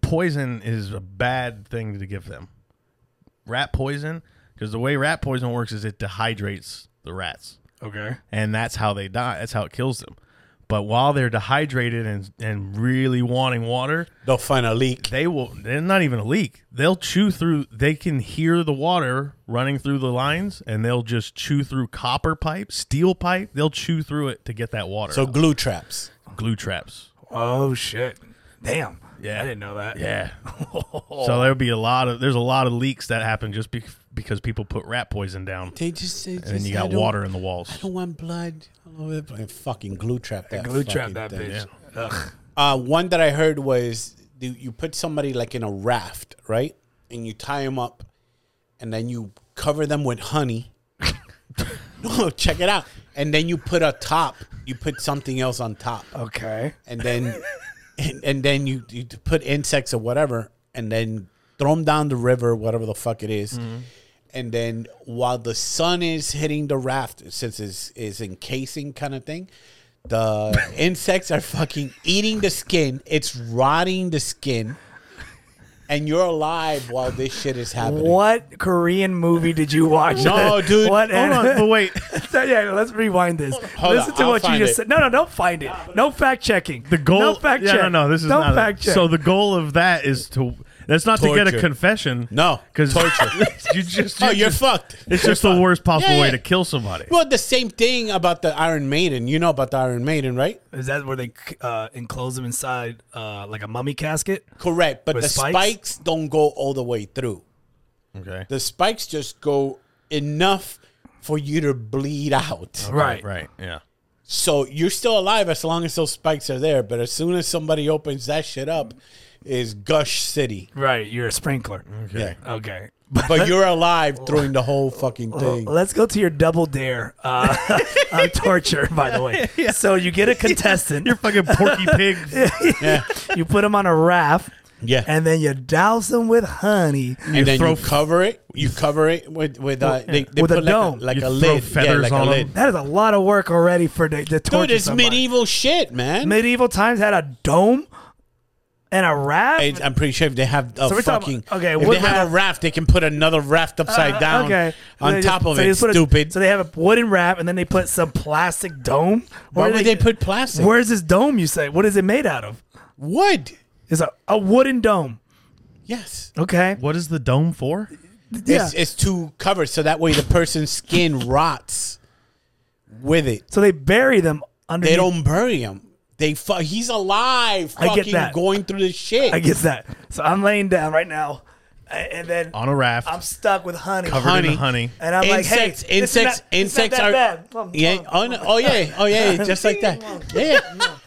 Speaker 3: poison is a bad thing to give them. Rat poison because the way rat poison works is it dehydrates the rats
Speaker 1: Okay.
Speaker 3: and that's how they die. That's how it kills them. But while they're dehydrated and and really wanting water,
Speaker 2: they'll find a leak.
Speaker 3: they will. They're not even a leak. They'll chew through. They can hear the water running through the lines, and they'll just chew through copper pipe, steel pipe. They'll chew through it to get that water.
Speaker 2: So
Speaker 3: out.
Speaker 2: glue traps.
Speaker 3: glue traps.
Speaker 1: Oh shit. Damn.
Speaker 3: Yeah.
Speaker 1: I didn't know that.
Speaker 3: Yeah. so there'll be a lot of. There's a lot of leaks that happen just be, because people put rat poison down,
Speaker 2: They just, they
Speaker 3: and then
Speaker 2: just-
Speaker 3: you
Speaker 2: I
Speaker 3: got
Speaker 2: don't-
Speaker 3: water in the
Speaker 2: I
Speaker 3: walls.
Speaker 2: don't want blood all over the place. Fucking glue trap that.
Speaker 1: Glue trap
Speaker 2: fucking
Speaker 1: that
Speaker 2: thing.
Speaker 1: bitch. Ugh.
Speaker 2: Uh, one that I heard was you- you put somebody like in a raft, right? And you tie them up, and then you cover them with honey. <laughs> no, check it out. And then you put a top. You put something else on top,
Speaker 1: Okay.
Speaker 2: and then and, and then you, you put insects or whatever, and then throw them down the river, whatever the fuck it is. And then while the sun is hitting the raft, since it's is encasing kind of thing, the insects are fucking eating the skin. It's rotting the skin. And you're alive while this shit is happening.
Speaker 1: What Korean movie did you watch? <laughs>
Speaker 2: No, dude.
Speaker 1: What?
Speaker 3: Hold on, but wait.
Speaker 1: <laughs> yeah, let's rewind <laughs> this.
Speaker 2: Hold
Speaker 1: Listen
Speaker 2: on,
Speaker 1: to
Speaker 2: I'll
Speaker 1: what you
Speaker 2: find
Speaker 1: just
Speaker 2: it.
Speaker 1: said. No, no, don't find it. No fact checking.
Speaker 3: The goal.
Speaker 1: No fact
Speaker 3: yeah,
Speaker 1: check.
Speaker 3: No, no, this is
Speaker 1: don't
Speaker 3: not a-
Speaker 1: fact check.
Speaker 3: So the goal of that is to. That's not to get a
Speaker 2: Torture.
Speaker 3: confession. <laughs>
Speaker 2: No,
Speaker 3: because
Speaker 2: torture.
Speaker 3: you just.
Speaker 2: Oh,
Speaker 3: you
Speaker 2: you're
Speaker 3: just-
Speaker 2: fucked.
Speaker 3: It's just the worst possible
Speaker 2: Yeah,
Speaker 3: way
Speaker 2: yeah.
Speaker 3: to kill somebody.
Speaker 2: Well, the same thing about the Iron Maiden. You know about the Iron Maiden, right?
Speaker 1: is that where they uh, enclose them inside uh, like a mummy casket?
Speaker 2: Correct, but
Speaker 1: With
Speaker 2: the
Speaker 1: spikes?
Speaker 2: spikes? don't go all the way through.
Speaker 3: Okay.
Speaker 2: The spikes just go enough for you to bleed out.
Speaker 1: Right.
Speaker 3: Right. Yeah.
Speaker 2: So you're still alive as long as those spikes are there. But as soon as somebody opens that shit up, is Gush City.
Speaker 1: Right. You're a sprinkler.
Speaker 2: Yeah.
Speaker 1: Okay.
Speaker 2: But you're alive during the whole fucking thing.
Speaker 1: Let's go to your double dare uh, <laughs>
Speaker 3: <laughs>
Speaker 1: on torture, by the way. So you get a contestant,
Speaker 3: You're fucking Porky Pig.
Speaker 2: Yeah.
Speaker 1: you put them on a raft,
Speaker 2: Yeah.
Speaker 1: and then you douse them with honey.
Speaker 2: And then
Speaker 3: throw
Speaker 2: you
Speaker 3: f-
Speaker 2: cover it. You cover it with with uh, they, they
Speaker 1: With a
Speaker 2: put like
Speaker 1: dome.
Speaker 2: a, like
Speaker 3: You
Speaker 2: a
Speaker 3: throw
Speaker 2: lid.
Speaker 3: feathers
Speaker 2: yeah, like
Speaker 3: on
Speaker 2: a
Speaker 3: 'em.
Speaker 2: lid.
Speaker 1: That is a lot of work already for the, the torture.
Speaker 2: Dude, it's
Speaker 1: somebody.
Speaker 2: medieval shit, man.
Speaker 1: Medieval times had a dome and a raft.
Speaker 2: I- I'm pretty sure if they have a
Speaker 1: So we're talking-
Speaker 2: fucking
Speaker 1: okay,
Speaker 2: if
Speaker 1: what
Speaker 2: they have a raft, they can put another raft upside
Speaker 1: Uh,
Speaker 2: down on
Speaker 1: So they
Speaker 2: top
Speaker 1: just-
Speaker 2: of
Speaker 1: so they
Speaker 2: it.
Speaker 1: just put a-
Speaker 2: Stupid.
Speaker 1: so they have a wooden wrap, and then they put some plastic dome.
Speaker 2: Why
Speaker 1: Where
Speaker 2: would they, put plastic?
Speaker 1: Where's this dome? You say? What is it made out of?
Speaker 2: Wood.
Speaker 1: It's a, a wooden dome.
Speaker 2: Yes.
Speaker 1: Okay.
Speaker 3: what is the dome for?
Speaker 2: It's, it's to cover so that way the person's skin rots with it.
Speaker 1: So they bury them under.
Speaker 2: They don't bury him. They fu- he's alive,
Speaker 1: I get
Speaker 2: fucking
Speaker 1: that.
Speaker 2: going through this shit.
Speaker 1: I guess that. So I'm laying down right now, a- and then
Speaker 3: On a raft.
Speaker 1: I'm stuck with honey.
Speaker 3: covered in the honey.
Speaker 1: And I'm
Speaker 2: insects,
Speaker 1: like, hey, this is
Speaker 2: insects,
Speaker 1: not- this is not
Speaker 2: insects
Speaker 1: that
Speaker 2: are
Speaker 1: bad. Come on,
Speaker 2: yeah.
Speaker 1: come on,
Speaker 2: Oh, no, oh yeah,
Speaker 1: <laughs>
Speaker 2: oh yeah, just like that. Yeah,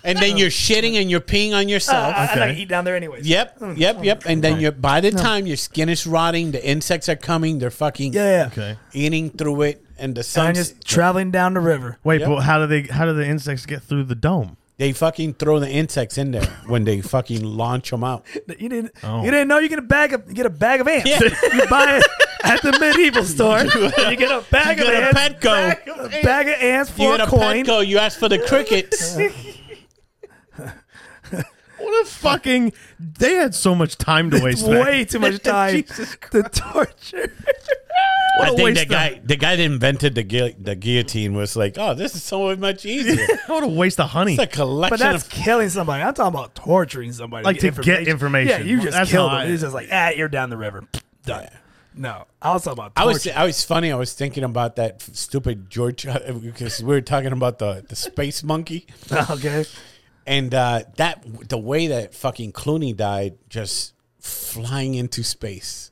Speaker 2: and then you're shitting and you're peeing on yourself.
Speaker 1: I, I like
Speaker 3: Okay.
Speaker 1: to eat down there anyways.
Speaker 2: Yep,
Speaker 1: oh,
Speaker 2: yep, yep. And then you're by the time your skin is rotting, the insects are coming. They're fucking
Speaker 1: Yeah. yeah.
Speaker 3: Okay.
Speaker 2: eating through it, and the sun.
Speaker 1: I'm just traveling down the river.
Speaker 3: Wait,
Speaker 2: Yep.
Speaker 3: but how do they? How do the insects get through the dome?
Speaker 2: They fucking throw the insects in there when they fucking launch them out.
Speaker 1: You didn't.
Speaker 3: Oh.
Speaker 1: You didn't know you get a bag of you get a bag of ants. <laughs> you buy it at the medieval store. and <laughs> you get a bag
Speaker 2: You
Speaker 1: of
Speaker 2: get
Speaker 1: ants.
Speaker 2: a Petco.
Speaker 1: Bag of, a bag of ants
Speaker 2: You
Speaker 1: for
Speaker 2: had
Speaker 1: a
Speaker 2: a
Speaker 1: coin.
Speaker 2: Petco. You asked for
Speaker 1: <laughs>
Speaker 2: the crickets.
Speaker 3: What a fucking! They had so much time to waste. back
Speaker 1: Way too much
Speaker 3: then.
Speaker 1: time
Speaker 3: <laughs> Jesus
Speaker 1: to torture.
Speaker 2: I
Speaker 3: a
Speaker 2: think
Speaker 3: waste
Speaker 2: the guy, the guy that invented the guil- the guillotine was like, oh, this is so
Speaker 1: <laughs>
Speaker 2: much easier.
Speaker 3: What a waste of honey.
Speaker 2: It's a
Speaker 1: But
Speaker 2: collection
Speaker 1: that's
Speaker 2: of.
Speaker 1: killing somebody. I'm talking about torturing somebody.
Speaker 3: Like to get
Speaker 1: Yeah,
Speaker 3: information.
Speaker 1: you just
Speaker 3: That's
Speaker 1: killed
Speaker 3: how
Speaker 1: them.
Speaker 3: I-
Speaker 1: It's just like ah, you're down the river. Done. No, I was talking about.
Speaker 2: I was,
Speaker 1: torture.
Speaker 2: I was funny. I was thinking about that f- stupid George <laughs> because we were talking about the, the space monkey,
Speaker 1: <laughs> okay.
Speaker 2: and uh, that the way that fucking Clooney died, just flying into space,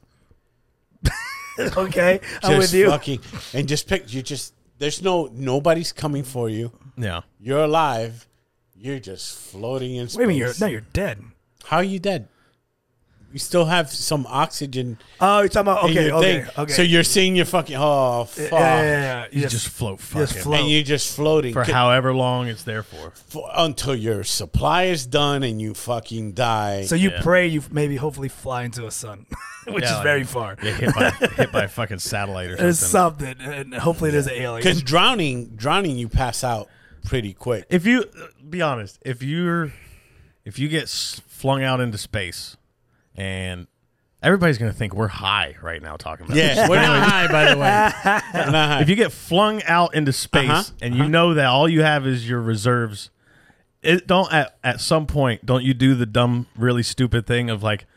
Speaker 1: Okay, I'm
Speaker 2: just
Speaker 1: with you.
Speaker 2: fucking, and just pick you just. There's no nobody's coming for you.
Speaker 3: yeah.
Speaker 2: You're alive. You're just floating in space.
Speaker 1: Wait a minute. You're, no, you're dead.
Speaker 2: How are you dead? You still have some oxygen.
Speaker 1: Oh, you're talking about
Speaker 2: in
Speaker 1: okay,
Speaker 2: your
Speaker 1: okay,
Speaker 2: thing.
Speaker 1: okay. Eh,
Speaker 2: So you're seeing your fucking oh fuck,
Speaker 1: yeah, yeah, yeah, yeah.
Speaker 3: You just float.
Speaker 1: just
Speaker 3: fucking
Speaker 1: float.
Speaker 2: and you're just floating
Speaker 3: for
Speaker 2: c-
Speaker 3: however long it's there for.
Speaker 2: f- until your supply is done and you fucking die.
Speaker 1: So you
Speaker 3: Yeah.
Speaker 1: pray you f- maybe hopefully fly into a sun, <laughs> which
Speaker 3: Yeah,
Speaker 1: is
Speaker 3: like-
Speaker 1: very far.
Speaker 3: Get hit by hit by a fucking satellite or
Speaker 1: There's
Speaker 3: something.
Speaker 1: something, and hopefully there's an alien.
Speaker 2: because drowning, drowning, you pass out pretty quick.
Speaker 3: If you be honest, if you're if you get s- flung out into space, and everybody's gonna think we're high right now talking about. this.
Speaker 2: Yeah, we're not high, by the way. We're not high.
Speaker 3: If you get flung out into space
Speaker 2: Uh-huh,
Speaker 3: and you know that all you have is your reserves, it don't at, at some point don't you do the dumb, really stupid thing of like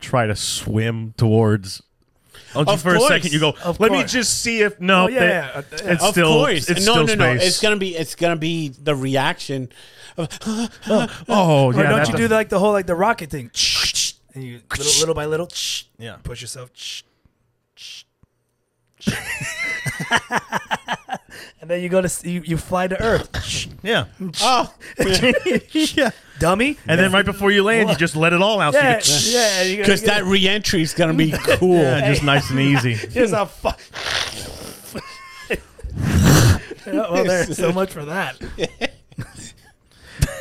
Speaker 3: try to swim towards. Don't you
Speaker 2: Of
Speaker 3: for
Speaker 2: course.
Speaker 3: a second you go.
Speaker 1: Of
Speaker 3: Let me
Speaker 1: course.
Speaker 3: just see if no.
Speaker 1: Oh, yeah,
Speaker 3: that-
Speaker 1: yeah, yeah.
Speaker 3: It's
Speaker 2: of
Speaker 3: still
Speaker 2: course,
Speaker 3: It's
Speaker 2: no,
Speaker 3: still
Speaker 2: no,
Speaker 3: space.
Speaker 2: no. It's gonna be, it's gonna be the reaction. Of,
Speaker 3: oh yeah.
Speaker 1: or don't
Speaker 3: that
Speaker 1: you
Speaker 3: does-
Speaker 1: do like the whole like the rocket
Speaker 3: <laughs>
Speaker 1: thing? and you little, little by little,
Speaker 3: Yeah.
Speaker 1: push yourself, <laughs> and then you go to s- you, you fly to Earth,
Speaker 3: Yeah.
Speaker 2: oh,
Speaker 3: <laughs> yeah.
Speaker 1: <laughs> dummy.
Speaker 3: And then right before you land, you just let it all out. So you
Speaker 1: yeah,
Speaker 3: get- <laughs>
Speaker 1: yeah, you gotta
Speaker 2: because
Speaker 1: get-
Speaker 2: Oh, that reentry is gonna be cool.
Speaker 3: yeah, just nice and
Speaker 1: <laughs>
Speaker 3: easy.
Speaker 1: Here's a
Speaker 3: <laughs>
Speaker 1: fu- <laughs> Yeah, well, there's so much for that.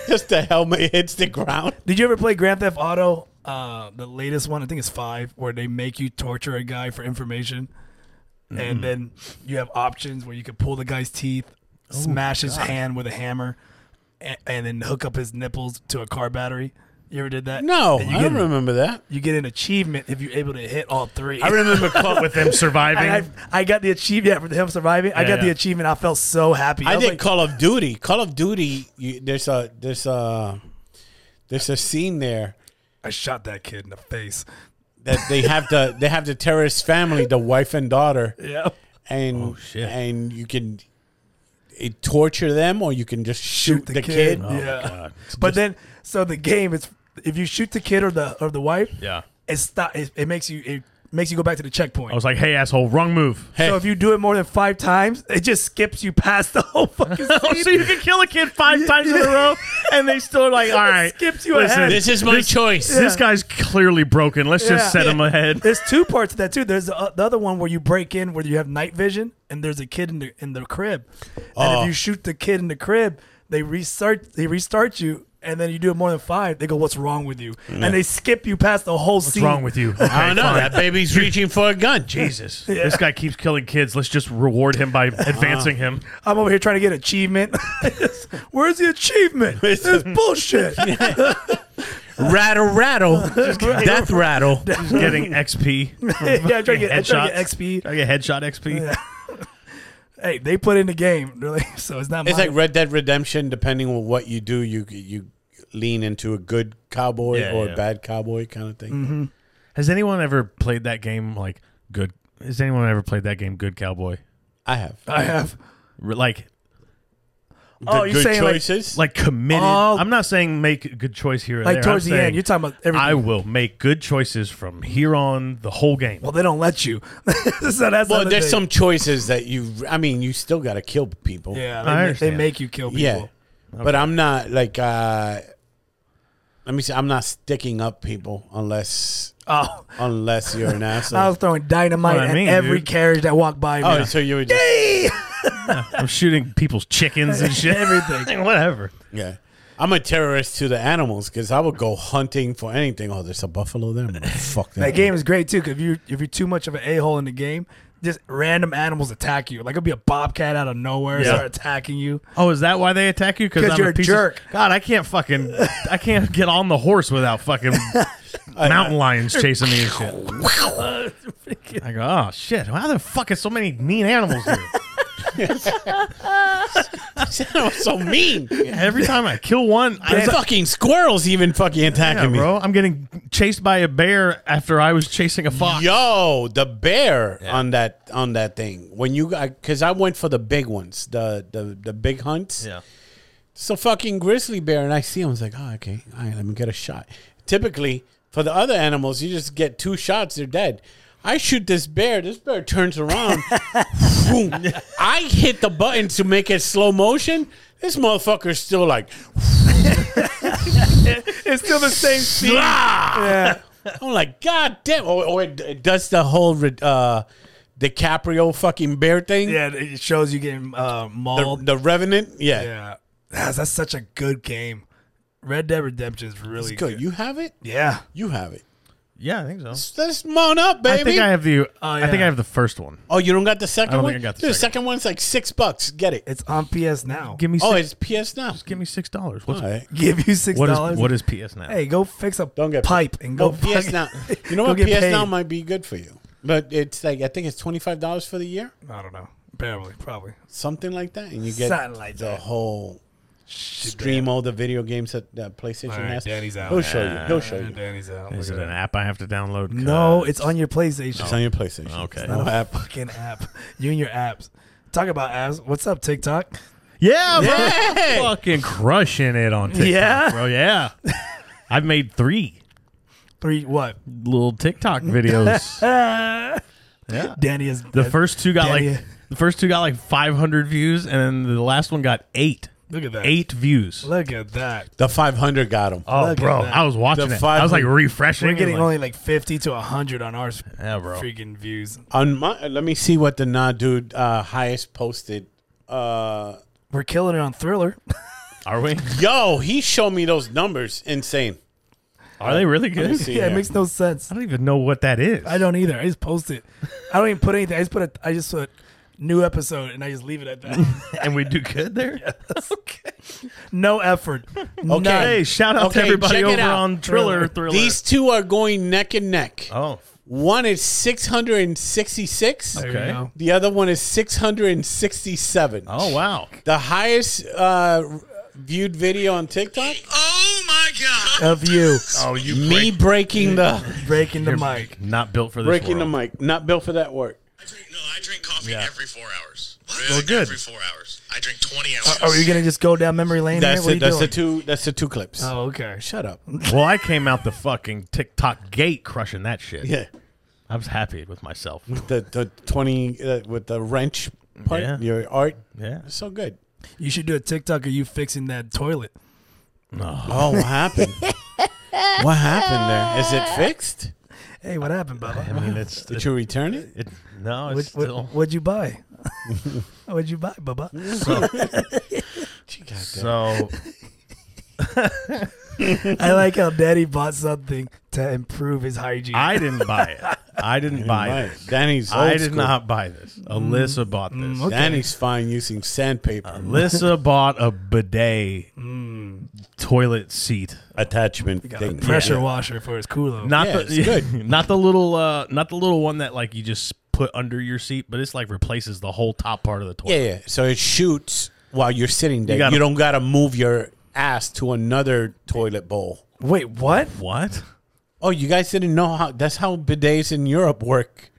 Speaker 2: just the helmet hits the ground.
Speaker 1: Did you ever play Grand Theft Auto? Uh, the latest one, I think it's five, where they make you torture a guy for information, and then you have options where you could pull the guy's teeth, smash his hand with a hammer, and, and then hook up his nipples to a car battery. You ever did that?
Speaker 2: No,
Speaker 1: And you
Speaker 2: I
Speaker 1: get
Speaker 2: don't
Speaker 1: an-
Speaker 2: remember that.
Speaker 1: You get an achievement if you're able to hit all three.
Speaker 3: I remember caught with them surviving.
Speaker 1: <laughs> I, I, I got the achievement yeah, for him surviving. I
Speaker 3: Yeah,
Speaker 1: got the
Speaker 3: yeah.
Speaker 1: achievement. I felt so happy.
Speaker 2: I
Speaker 1: was
Speaker 2: did
Speaker 1: like,
Speaker 2: Call of Duty. Call of Duty. You, there's a there's a there's a scene there
Speaker 1: I shot that kid in the face.
Speaker 2: that they have the <laughs> they have the terrorist family, the wife and daughter,
Speaker 1: Yeah.
Speaker 2: and
Speaker 3: shit.
Speaker 2: and you can it torture them or you can just shoot, the, kid.
Speaker 1: yeah.
Speaker 3: God.
Speaker 1: Oh, But then, so the game is if you shoot the kid or the or the wife,
Speaker 3: yeah.
Speaker 1: it stop. It, it makes you it makes you go back to the checkpoint.
Speaker 3: I was like, hey, asshole, wrong move.
Speaker 2: Hey,
Speaker 1: So if you do it more than five times, it just skips you past the whole fucking.
Speaker 3: <laughs> Oh,
Speaker 1: scene.
Speaker 3: so you can kill a kid five times in a row, and they still
Speaker 1: <laughs>
Speaker 3: are like, all right,
Speaker 1: Skips you
Speaker 3: listen,
Speaker 1: ahead.
Speaker 2: this is my choice.
Speaker 3: This guy's clearly broken. Let's
Speaker 1: Yeah.
Speaker 3: just set
Speaker 1: <laughs>
Speaker 3: him ahead.
Speaker 1: There's two parts to that too. There's the, the other one where you break in where you have night vision and there's a kid in the in the crib, and
Speaker 2: Oh.
Speaker 1: if you shoot the kid in the crib, they restart they restart you. And then you do it more than five. They go, "What's wrong with you?" And they skip you past the whole
Speaker 3: What's
Speaker 1: scene.
Speaker 3: wrong with you? Okay,
Speaker 2: I don't know.
Speaker 3: fine.
Speaker 2: That baby's reaching for a gun. Jesus.
Speaker 3: Jesus, <laughs> this guy keeps killing kids. Let's just reward him by
Speaker 1: Uh-huh.
Speaker 3: advancing him.
Speaker 1: I'm over here trying to get achievement. <laughs> Where's the achievement? This is bullshit.
Speaker 2: Rattle, rattle. Death rattle.
Speaker 3: Just getting
Speaker 1: <laughs>
Speaker 3: XP.
Speaker 1: <laughs> yeah, I'm trying to get, I'm trying to get
Speaker 3: Headshots.
Speaker 1: XP.
Speaker 3: Try to get headshot XP.
Speaker 1: Hey, they put in the game, <laughs> really, so it's not.
Speaker 2: <laughs> It's
Speaker 1: my-
Speaker 2: like Red Dead Redemption. Depending on what you do, you you lean into a good cowboy
Speaker 3: Yeah,
Speaker 2: or
Speaker 3: yeah.
Speaker 2: a bad cowboy kind of thing.
Speaker 3: Has anyone ever played that game? Like good. Has anyone ever played that game? Good cowboy.
Speaker 2: I have.
Speaker 1: I have.
Speaker 3: Re- Like
Speaker 1: Oh, you're
Speaker 2: good
Speaker 1: saying like,
Speaker 2: choices.
Speaker 3: like committed.
Speaker 1: Oh.
Speaker 3: I'm not saying make a good choice here. Or
Speaker 1: like
Speaker 3: there.
Speaker 1: towards
Speaker 3: I'm
Speaker 1: the
Speaker 3: saying
Speaker 1: end? You're talking about everything.
Speaker 3: I will make good choices from here on the whole game.
Speaker 1: well, they don't let you. <laughs> so that's
Speaker 2: well,
Speaker 1: another
Speaker 2: there's
Speaker 1: thing.
Speaker 2: some choices that you. I mean, you still got to kill people.
Speaker 1: Yeah,
Speaker 3: I
Speaker 1: they, ma- they
Speaker 3: understand.
Speaker 1: make you kill people.
Speaker 2: Yeah. But I'm not like. uh Let me see. I'm not sticking up people unless
Speaker 1: Oh,
Speaker 2: unless you're an
Speaker 1: I was
Speaker 2: asshole.
Speaker 1: throwing dynamite
Speaker 3: What I mean,
Speaker 1: at every
Speaker 3: dude.
Speaker 1: carriage that walked by me. <laughs>
Speaker 2: Oh, so you were just
Speaker 1: <laughs>
Speaker 3: I'm shooting people's chickens and shit.
Speaker 1: Everything.
Speaker 3: <laughs> Whatever.
Speaker 2: yeah. I'm a terrorist to the animals because I would go hunting for anything. Oh, there's a buffalo there. I'm gonna fuck that.
Speaker 1: That game is great too. Cause if you if you're too much of an a hole in the game, just random animals attack you. Like it'll be a bobcat out of nowhere
Speaker 3: Yeah.
Speaker 1: start attacking you.
Speaker 3: Oh, is that why they attack you?
Speaker 1: 'Cause
Speaker 3: I'm
Speaker 1: you're a
Speaker 3: piece
Speaker 1: jerk.
Speaker 3: Of, God, I can't fucking, I can't get on the horse
Speaker 1: <laughs>
Speaker 3: without fucking mountain lions chasing me and shit. I go, oh shit! Why the fuck is so many mean animals here?
Speaker 2: <laughs> That was so mean.
Speaker 3: Every time I kill one, I
Speaker 2: There's
Speaker 3: was like,
Speaker 2: fucking squirrels even fucking
Speaker 3: yeah,
Speaker 2: attacking me.
Speaker 3: bro, I'm getting chased by a bear after I was chasing a fox.
Speaker 2: Yo, the bear on that on that thing. When you because I went for the big ones, the the the big hunts.
Speaker 3: Yeah.
Speaker 2: It's a fucking grizzly bear, and I see him. I was like, oh, okay, all right, let me get a shot. Typically, for the other animals, you just get two shots, they're dead. I shoot this bear. This bear turns
Speaker 3: <laughs>
Speaker 2: around. Boom. I hit the button to make it slow motion. This motherfucker's still like,
Speaker 1: It's still the same speed.
Speaker 2: yeah. I'm like, God damn. Or, or it, it does the whole uh, DiCaprio fucking bear thing.
Speaker 1: Yeah, it shows you getting uh,
Speaker 2: The,
Speaker 1: mauled.
Speaker 2: the Revenant. Yeah.
Speaker 1: yeah, that's, that's such a good game. Red Dead Redemption is really
Speaker 2: Good.
Speaker 1: good.
Speaker 2: You have it?
Speaker 1: Yeah,
Speaker 2: You have it.
Speaker 3: Yeah, I think so.
Speaker 2: Let's mount up, baby.
Speaker 3: I think I have the. I think
Speaker 1: Oh, yeah.
Speaker 3: I have the first one.
Speaker 2: Oh, you don't got the second
Speaker 3: I don't
Speaker 2: one?
Speaker 3: think I got the
Speaker 2: Dude,
Speaker 3: second
Speaker 2: one's like six bucks. Get it.
Speaker 1: it's on PS now.
Speaker 3: Give me.
Speaker 2: oh,
Speaker 3: six-
Speaker 2: it's PS now.
Speaker 3: just give me six dollars. What's
Speaker 2: All
Speaker 3: <laughs>
Speaker 2: right.
Speaker 1: Give you Oh, six
Speaker 3: what
Speaker 1: dollars.
Speaker 3: is what is PS now?
Speaker 1: Hey, go fix a
Speaker 2: Don't get
Speaker 1: pipe and go
Speaker 2: Oh, PS
Speaker 1: fucking-
Speaker 2: now.
Speaker 3: <laughs>
Speaker 2: You know
Speaker 1: go
Speaker 2: what? PS
Speaker 1: get paid.
Speaker 2: now might be good for you. But it's like I think it's twenty five dollars for the year,
Speaker 1: <laughs> I don't know. Barely, probably.
Speaker 2: something like that, and you get
Speaker 1: Something like
Speaker 2: the
Speaker 1: that.
Speaker 2: whole stream all the video games that, that PlayStation
Speaker 1: All right,
Speaker 2: has.
Speaker 1: Danny's out.
Speaker 2: He'll show you. He'll show you.
Speaker 1: Danny's out.
Speaker 3: Is
Speaker 1: Look
Speaker 3: it
Speaker 1: at
Speaker 3: an
Speaker 1: that.
Speaker 3: app I have to download?
Speaker 1: No,
Speaker 3: 'Cause-
Speaker 1: it's on your PlayStation.
Speaker 2: It's on your PlayStation.
Speaker 3: Okay.
Speaker 2: It's not an app.
Speaker 1: <laughs> fucking app. You and your apps. Talk about apps. What's up, TikTok?
Speaker 3: yeah, bro.
Speaker 2: Yeah.
Speaker 3: fucking crushing it on TikTok,
Speaker 1: Yeah? <laughs>
Speaker 3: bro. Yeah, I've made three
Speaker 1: Three what?
Speaker 3: little TikTok videos.
Speaker 1: Ah,
Speaker 3: yeah,
Speaker 1: Danny is <laughs>
Speaker 3: the first two got
Speaker 1: Danny-
Speaker 3: like the first two got like 500 views, and then the last one got eight,
Speaker 1: Look at that.
Speaker 3: eight views.
Speaker 1: Look at that.
Speaker 2: The five hundred got him.
Speaker 3: Oh,
Speaker 1: Look at
Speaker 3: bro,
Speaker 1: that.
Speaker 3: I was watching
Speaker 2: The
Speaker 3: it. I was like
Speaker 2: 500
Speaker 3: refreshing.
Speaker 1: We're
Speaker 3: and,
Speaker 1: getting
Speaker 3: like,
Speaker 1: only like fifty to hundred on ours.
Speaker 3: Yeah, bro.
Speaker 1: Freaking views.
Speaker 2: On my, let me see what the nah dude uh, highest posted. Uh,
Speaker 1: We're killing it on Thriller.
Speaker 3: Are we?
Speaker 2: yo, he showed me those numbers. Insane.
Speaker 3: Are they really
Speaker 2: Let
Speaker 1: <laughs>
Speaker 2: me
Speaker 3: good?
Speaker 2: see
Speaker 1: yeah, it
Speaker 2: here.
Speaker 1: makes no sense.
Speaker 3: I don't even know what that is.
Speaker 1: I don't either. I just post it. I don't even put anything. I just put a. I just put new episode and I just leave it at that. <laughs>
Speaker 3: and we do good there.
Speaker 1: okay. No effort. None.
Speaker 3: Hey, shout out
Speaker 2: Okay,
Speaker 3: to everybody
Speaker 2: check it
Speaker 3: over
Speaker 2: out.
Speaker 3: on Triller Thriller.
Speaker 2: These two are going neck and neck.
Speaker 3: oh,
Speaker 2: One is 666.
Speaker 1: There you
Speaker 3: okay.
Speaker 1: go.
Speaker 2: The other one is 667.
Speaker 3: Oh wow.
Speaker 2: The highest uh, viewed video on TikTok?
Speaker 5: Oh my god!
Speaker 1: Of you
Speaker 3: Oh, you
Speaker 2: Me breaking the
Speaker 1: breaking the mic.
Speaker 3: Not built for this.
Speaker 2: breaking the
Speaker 3: world.
Speaker 2: mic. Not built for that work.
Speaker 5: I drink, no, I drink coffee
Speaker 3: Yeah.
Speaker 5: every four hours.
Speaker 3: Well, good.
Speaker 5: Every four hours. I drink 20 ounces.
Speaker 1: Are we Oh, gonna just go down memory lane?
Speaker 2: That's
Speaker 1: here?
Speaker 2: it. That's
Speaker 1: What are
Speaker 2: the
Speaker 1: you doing?
Speaker 2: two. That's the two clips.
Speaker 1: Oh, okay.
Speaker 2: Shut
Speaker 3: <laughs>
Speaker 2: up.
Speaker 3: Well, I came out the fucking TikTok gate crushing that shit.
Speaker 2: Yeah.
Speaker 3: I was happy with myself.
Speaker 2: The the twenty uh, with the wrench part.
Speaker 3: Yeah.
Speaker 2: Your art.
Speaker 3: Yeah.
Speaker 2: So good.
Speaker 1: You should do a TikTok of you fixing that toilet.
Speaker 2: Oh, what happened? <laughs> what happened there? Is it fixed?
Speaker 1: Hey, what happened,
Speaker 3: I
Speaker 1: Bubba?
Speaker 3: mean, it's
Speaker 2: Did you return it?
Speaker 3: <laughs> it, no,
Speaker 1: What,
Speaker 3: it's still.
Speaker 1: what, would you buy? what'd you buy, Bubba?
Speaker 3: So
Speaker 1: I like how Daddy bought something to improve his hygiene.
Speaker 3: I didn't buy it. I didn't buy
Speaker 2: Right.
Speaker 3: it.
Speaker 2: Danny's.
Speaker 3: I
Speaker 2: old
Speaker 3: did
Speaker 2: school.
Speaker 3: not buy this. Alyssa bought this.
Speaker 1: Mm, okay.
Speaker 2: Danny's fine using sandpaper <laughs>
Speaker 3: Uh, Alyssa bought a bidet
Speaker 2: Mm.
Speaker 3: toilet seat.
Speaker 2: attachment
Speaker 1: Got a
Speaker 2: thing.
Speaker 1: pressure
Speaker 2: Yeah.
Speaker 1: washer for his culo.
Speaker 3: Not
Speaker 2: Yeah,
Speaker 3: the
Speaker 2: it's good.
Speaker 3: <laughs> not the little uh not the little one that like you just put under your seat, but it's like replaces the whole top part of the toilet.
Speaker 2: Yeah, yeah. So it shoots while you're sitting there. You,
Speaker 3: gotta-
Speaker 2: don't gotta move your ass to another toilet bowl.
Speaker 1: Wait, what?
Speaker 3: What?
Speaker 2: Oh, you guys didn't know how? That's how bidets in Europe work.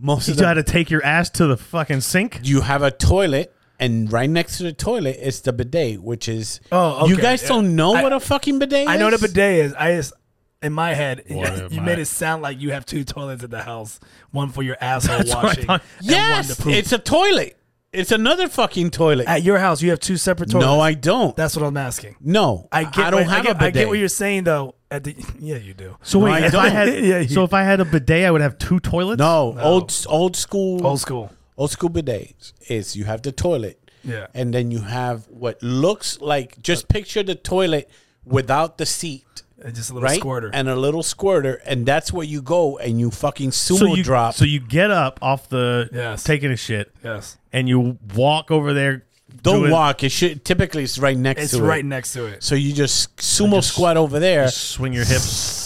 Speaker 2: Most
Speaker 3: You
Speaker 2: of the,
Speaker 3: got to take your ass to the fucking sink.
Speaker 2: you have a toilet, and right next to the toilet is the bidet, which is.
Speaker 1: Oh,
Speaker 2: You
Speaker 1: okay,
Speaker 2: guys
Speaker 1: yeah.
Speaker 2: don't know
Speaker 1: I-
Speaker 2: what a fucking bidet
Speaker 1: I
Speaker 2: is.
Speaker 1: know what a bidet is. I just in my head,
Speaker 3: What
Speaker 1: <laughs> you,
Speaker 3: am I-
Speaker 1: made it sound like you have two toilets at the house, one for your asshole
Speaker 3: what I
Speaker 1: washing.
Speaker 3: thought.
Speaker 1: and one
Speaker 2: Yes,
Speaker 1: to poop.
Speaker 2: it's a toilet. It's another fucking toilet.
Speaker 1: at your house. You have two separate toilets.
Speaker 2: no, I don't.
Speaker 1: That's what I'm asking.
Speaker 2: No,
Speaker 1: I get.
Speaker 2: I don't
Speaker 1: what,
Speaker 2: have
Speaker 1: I get,
Speaker 2: a bidet.
Speaker 1: I get what you're saying though. At the <laughs> yeah, you do.
Speaker 3: So
Speaker 2: No,
Speaker 3: wait,
Speaker 2: I
Speaker 3: if I
Speaker 2: don't. <laughs>
Speaker 3: had
Speaker 1: Yeah, he-
Speaker 3: so if I had a bidet, I would have two toilets.
Speaker 2: no, old old school
Speaker 1: Old school.
Speaker 2: old school bidets is you have the toilet
Speaker 1: Yeah.
Speaker 2: And then you have what looks like just picture the toilet without the seat.
Speaker 1: And just a little
Speaker 2: Right,
Speaker 1: squirter.
Speaker 2: and a little squirter, and that's where you go, and you fucking sumo
Speaker 3: So you
Speaker 2: drop.
Speaker 3: So you get up off the
Speaker 1: Yes.
Speaker 3: taking a shit,
Speaker 1: yes.
Speaker 3: and you walk over there.
Speaker 2: Don't
Speaker 3: to it,
Speaker 2: walk. It should typically it's right next
Speaker 1: It's
Speaker 2: to
Speaker 1: right
Speaker 2: it.
Speaker 1: next to it.
Speaker 2: So you just sumo squat over there,
Speaker 3: Swing
Speaker 1: <laughs>
Speaker 3: your hips.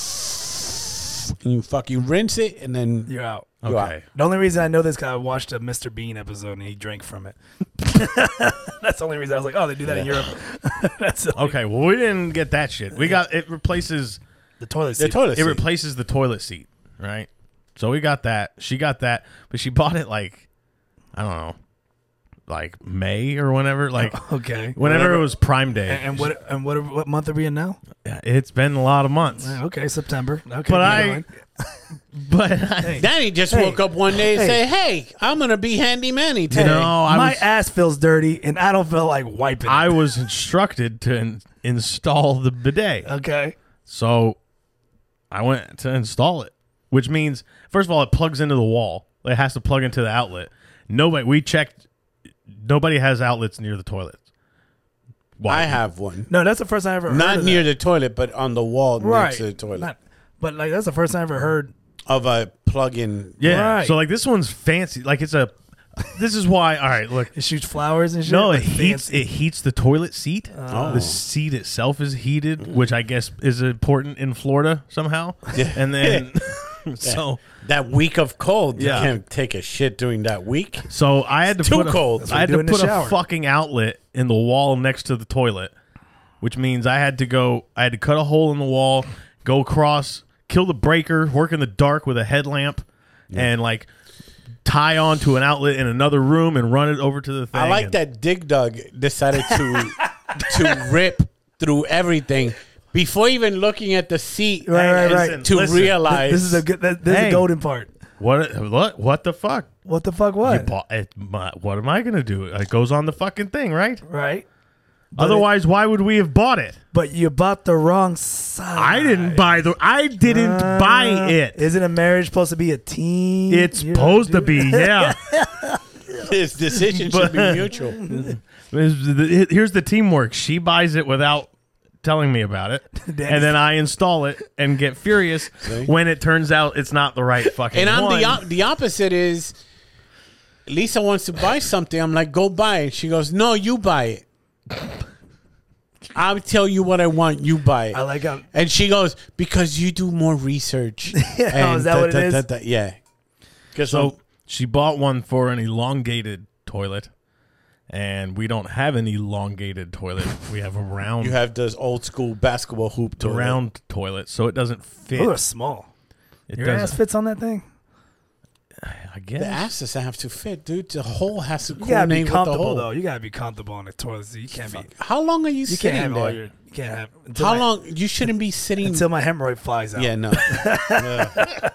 Speaker 2: and you fuck, you rinse it, and then
Speaker 1: You're out.
Speaker 2: you out.
Speaker 3: Okay.
Speaker 1: The only reason I know this because I watched a Mr. Bean episode and he drank from it. <laughs> That's the only reason I was like, oh, they do that in Europe. That's the,
Speaker 3: Okay. Well, we didn't get that shit. We got it replaces
Speaker 1: the toilet
Speaker 2: The
Speaker 1: seat.
Speaker 2: toilet.
Speaker 3: it
Speaker 2: seat.
Speaker 3: replaces the toilet seat, right? So we got that. She got that, but she bought it like I don't know, like May or whenever,
Speaker 1: <laughs>
Speaker 3: like
Speaker 1: Okay.
Speaker 3: whenever it was Prime Day.
Speaker 1: And, and what and what what month are we in now?
Speaker 3: it's been a lot of months,
Speaker 1: Okay, September. Okay,
Speaker 3: but
Speaker 1: never
Speaker 3: I,
Speaker 1: mind.
Speaker 3: but I,
Speaker 2: Danny just woke up one day and say, "Hey, I'm gonna be handy Manny today."
Speaker 3: <laughs> you know, oh, I
Speaker 1: my
Speaker 3: was,
Speaker 1: ass feels dirty and I don't feel like wiping.
Speaker 3: I
Speaker 1: it.
Speaker 3: was instructed to in, install the
Speaker 1: Oh,
Speaker 3: bidet.
Speaker 1: okay.
Speaker 3: So I went to install it, which means first of all, it plugs into the wall. It has to plug into the outlet. Nobody we checked. Nobody has outlets near the toilets. Why?
Speaker 2: I have one,
Speaker 1: No, that's the first time I ever heard
Speaker 2: not
Speaker 1: of
Speaker 2: near
Speaker 1: that.
Speaker 2: the toilet, but on the wall
Speaker 1: right
Speaker 2: next to the toilet
Speaker 1: Not- but like that's the first time I ever heard.
Speaker 2: of a plug-in.
Speaker 3: yeah.
Speaker 1: Right.
Speaker 3: So like this one's fancy. Like it's a. This is why. All right. Look.
Speaker 1: It shoots flowers and shit.
Speaker 3: No, it
Speaker 1: like
Speaker 3: heats.
Speaker 1: fancy-
Speaker 3: It heats the toilet seat.
Speaker 2: Oh.
Speaker 3: The seat itself is heated, which I guess is important in Florida somehow. Yeah. And then, <laughs> so
Speaker 2: That week of cold,
Speaker 3: Yeah.
Speaker 2: you can't take a shit during that week.
Speaker 3: So I had to
Speaker 2: too
Speaker 3: put a-
Speaker 2: cold. That's
Speaker 3: I had
Speaker 1: what
Speaker 3: to
Speaker 1: you do in the
Speaker 3: put a
Speaker 1: shower.
Speaker 3: fucking outlet in the wall next to the toilet, which means I had to go. I had to cut a hole in the wall, go across, kill the breaker, work in the dark with a headlamp, and like tie on to an outlet in another room and run it over to the thing.
Speaker 2: I like
Speaker 3: and-
Speaker 2: that Dig Dug decided to
Speaker 1: <laughs>
Speaker 2: to rip through everything before even looking at the seat
Speaker 1: Right, right, right.
Speaker 3: Listen,
Speaker 2: to
Speaker 3: listen,
Speaker 2: realize
Speaker 1: This is a good. This is
Speaker 3: Hey.
Speaker 1: the golden part.
Speaker 3: What? What? What the fuck?
Speaker 1: What the fuck
Speaker 3: You
Speaker 1: was
Speaker 3: bought it, my, what am I gonna do? It goes on the fucking thing, right?
Speaker 1: right?
Speaker 3: Otherwise, why would we have bought it?
Speaker 1: But you bought the wrong side.
Speaker 3: I didn't buy the. I didn't buy it.
Speaker 1: Isn't Uh, a marriage supposed to be a team?
Speaker 3: It's
Speaker 1: You know,
Speaker 3: supposed to
Speaker 1: dude?
Speaker 3: be, yeah.
Speaker 2: <laughs> his decision should
Speaker 1: <laughs>
Speaker 2: be mutual.
Speaker 3: Here's the teamwork. She buys it without telling me about it, and then I install it and get furious when it turns out it's not the right fucking.
Speaker 2: And I'm
Speaker 3: one.
Speaker 2: the op- the opposite is Lisa wants to buy something. I'm like, go buy it. She goes, no, you buy it. I'll tell you what I want. You buy it.
Speaker 1: I like how.
Speaker 2: and she goes because you do
Speaker 1: <laughs>
Speaker 2: more research.
Speaker 1: Yeah,
Speaker 2: And
Speaker 1: Oh, is that
Speaker 2: da-
Speaker 1: what it
Speaker 2: da-
Speaker 1: is?
Speaker 2: da- da- yeah.
Speaker 3: so she bought one for an elongated toilet, and we don't have an elongated toilet. We have a round,
Speaker 2: You have this old school basketball hoop to
Speaker 3: round toilet, so it doesn't fit.
Speaker 1: Ooh, it's small.
Speaker 3: It
Speaker 1: Your ass
Speaker 3: doesn't.
Speaker 1: fits on that thing.
Speaker 3: I
Speaker 2: The
Speaker 3: guess.
Speaker 2: asses have to fit, dude. The hole has to
Speaker 1: You gotta be
Speaker 2: coordinate with the
Speaker 1: comfortable
Speaker 2: hole.
Speaker 1: though. You gotta be comfortable on the toilet seat. You can't be.
Speaker 2: How long are you,
Speaker 1: You
Speaker 2: sitting
Speaker 1: can't have
Speaker 2: there?
Speaker 1: all your. You can't have. until
Speaker 2: How
Speaker 1: my-
Speaker 2: long? You shouldn't be sitting.
Speaker 1: Until my hemorrhoid flies out.
Speaker 2: <laughs>
Speaker 1: <laughs>
Speaker 2: yeah, no. Yeah.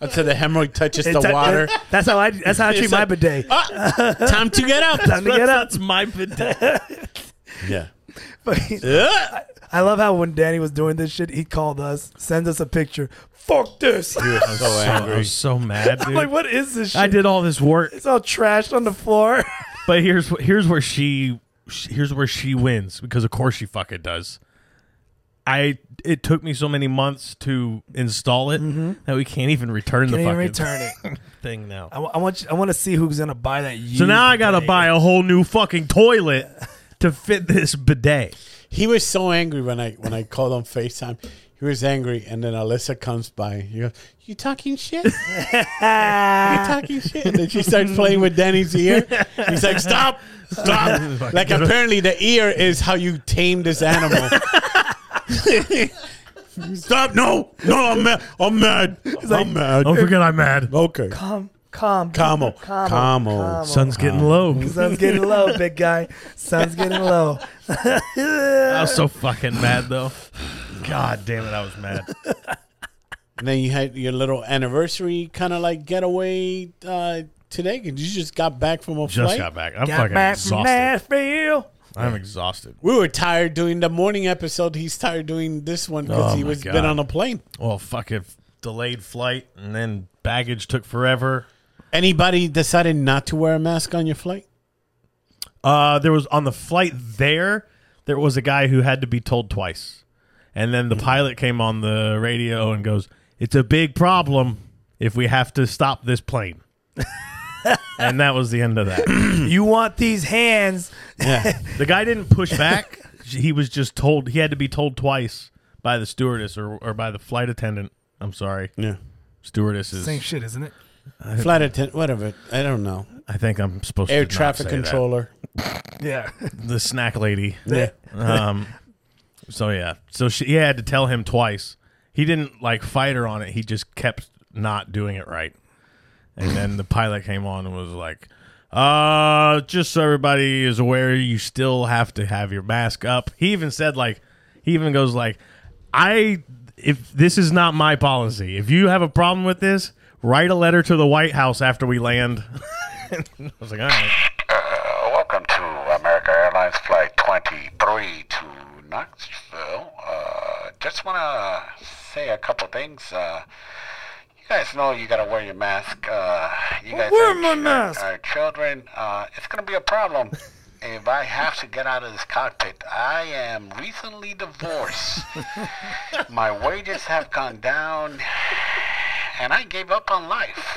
Speaker 2: Until the hemorrhoid touches
Speaker 1: It's
Speaker 2: the
Speaker 1: like- <laughs>
Speaker 2: water.
Speaker 1: That's how I. That's
Speaker 3: <laughs>
Speaker 1: how I treat
Speaker 2: It's
Speaker 1: my
Speaker 2: like-
Speaker 1: bidet.
Speaker 2: Ah, time to get
Speaker 1: <laughs>
Speaker 2: up.
Speaker 1: Time to get up.
Speaker 3: That's my bidet.
Speaker 1: <laughs>
Speaker 2: Yeah.
Speaker 1: I <laughs> I love how when Danny was doing this shit, he called us, sends us a picture. Fuck this.
Speaker 2: Oh, I'm so
Speaker 3: I
Speaker 2: angry.
Speaker 3: was so mad,
Speaker 1: <laughs>
Speaker 3: dude.
Speaker 1: like, what is this shit?
Speaker 3: I did all this work.
Speaker 1: It's all trashed on the floor.
Speaker 3: But here's wh- here's where she sh- here's where she wins because of course she fucking does. I it took me so many months to install it that we can't even return
Speaker 1: Mm-hmm. <laughs> Can't
Speaker 3: the
Speaker 1: even
Speaker 3: fucking
Speaker 1: return it.
Speaker 3: thing now.
Speaker 1: I, wa- I want. You, I want to see who's gonna buy that.
Speaker 3: So
Speaker 1: used
Speaker 3: now I gotta
Speaker 1: bidet.
Speaker 3: buy a whole new fucking toilet to fit this bidet.
Speaker 2: He was so angry when I when I called on FaceTime. He was angry, and then Alyssa comes by. He goes, "You talking shit? you talking shit?" And then she starts playing with Danny's ear. He's like, "Stop,
Speaker 3: <laughs>
Speaker 2: stop!" Like
Speaker 3: uh,
Speaker 2: apparently the ear is how you tame this
Speaker 3: <laughs>
Speaker 2: animal. stop! No, no, I'm mad. I'm mad. I'm mad.
Speaker 3: Don't forget I'm mad.
Speaker 1: Oh.
Speaker 2: Okay,
Speaker 1: Calm, Um, calm,
Speaker 2: Camo, Camo.
Speaker 3: Sun's getting low.
Speaker 1: Sun's getting low, big guy. Sun's getting low.
Speaker 3: I was so fucking
Speaker 1: <sighs>
Speaker 3: mad though. God damn it, I was mad.
Speaker 2: And then you had your little anniversary kind of like getaway uh, today. 'cause You just got back from a
Speaker 3: Just
Speaker 2: flight.
Speaker 3: got back. <laughs> I'm
Speaker 1: Got
Speaker 3: fucking
Speaker 1: back from
Speaker 3: exhausted.
Speaker 1: Nashville.
Speaker 3: I'm exhausted.
Speaker 2: We were tired doing the morning episode. He's tired doing this one because
Speaker 3: Oh
Speaker 2: he
Speaker 3: my
Speaker 2: was
Speaker 3: God.
Speaker 2: been on a plane.
Speaker 3: Well, fucking f- delayed flight and then baggage took forever.
Speaker 2: Anybody decided not to wear a mask on your flight?
Speaker 3: Uh, there was on the flight there, there was a guy who had to be told twice, and then
Speaker 2: Hmm.
Speaker 3: the pilot came on the radio and goes, "It's a big problem if we have to stop this
Speaker 2: <laughs>
Speaker 3: plane." and that was the end of that.
Speaker 1: You want these hands?
Speaker 2: <laughs> Yeah.
Speaker 3: The guy didn't push back. He was just told he had to be told twice by the stewardess or, or by the flight attendant. I'm sorry,
Speaker 2: yeah.
Speaker 3: stewardess is.
Speaker 1: Same shit, isn't it?
Speaker 2: Flight attendant, whatever. I don't know.
Speaker 3: I think I'm supposed to
Speaker 2: Air
Speaker 3: not
Speaker 2: traffic
Speaker 3: say that.
Speaker 2: controller.
Speaker 1: Yeah. <laughs>
Speaker 3: the snack lady.
Speaker 2: Yeah.
Speaker 3: Um, so yeah, so she he had to tell him twice. He didn't like fight her on it. He just kept not doing it right. And then the pilot came on and was like, "Uh, just so everybody is aware, you still have to have your mask up." He even said like, he even goes like, "I if this is not my policy. If you have a problem with this, write a letter to the White House after we land." <laughs> I was like, "All right."
Speaker 6: Uh, welcome to America Airlines Flight 23 to Knoxville. Uh, just want to say a couple things. Uh, you guys know you got to wear your mask. Uh, you guys
Speaker 1: Wear
Speaker 6: are-
Speaker 1: my
Speaker 6: are-
Speaker 1: mask.
Speaker 6: Are, children. Uh, it's going to be
Speaker 1: <laughs>
Speaker 6: a problem if I have to get out of this cockpit. I am
Speaker 1: <laughs>
Speaker 6: recently divorced. My wages have gone down, and I gave up on life.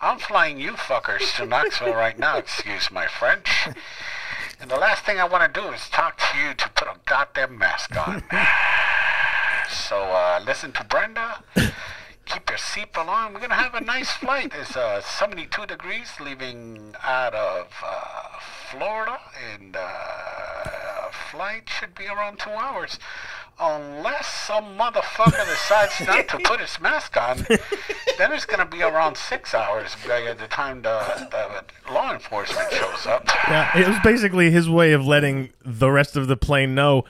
Speaker 6: I'm flying you fuckers to Knoxville right now, excuse my French. And the last thing I want to do is talk to you to put a goddamn mask on. So uh, listen to Brenda. Keep your seatbelt on. We're gonna have a nice flight. It's uh, 72 degrees, leaving out of uh, Florida, and uh, flight should be around two hours, unless some motherfucker decides not to put his mask on. Then it's gonna be around six hours by the time the, the law enforcement shows up.
Speaker 3: Yeah, it was basically his way of letting the rest of the plane know,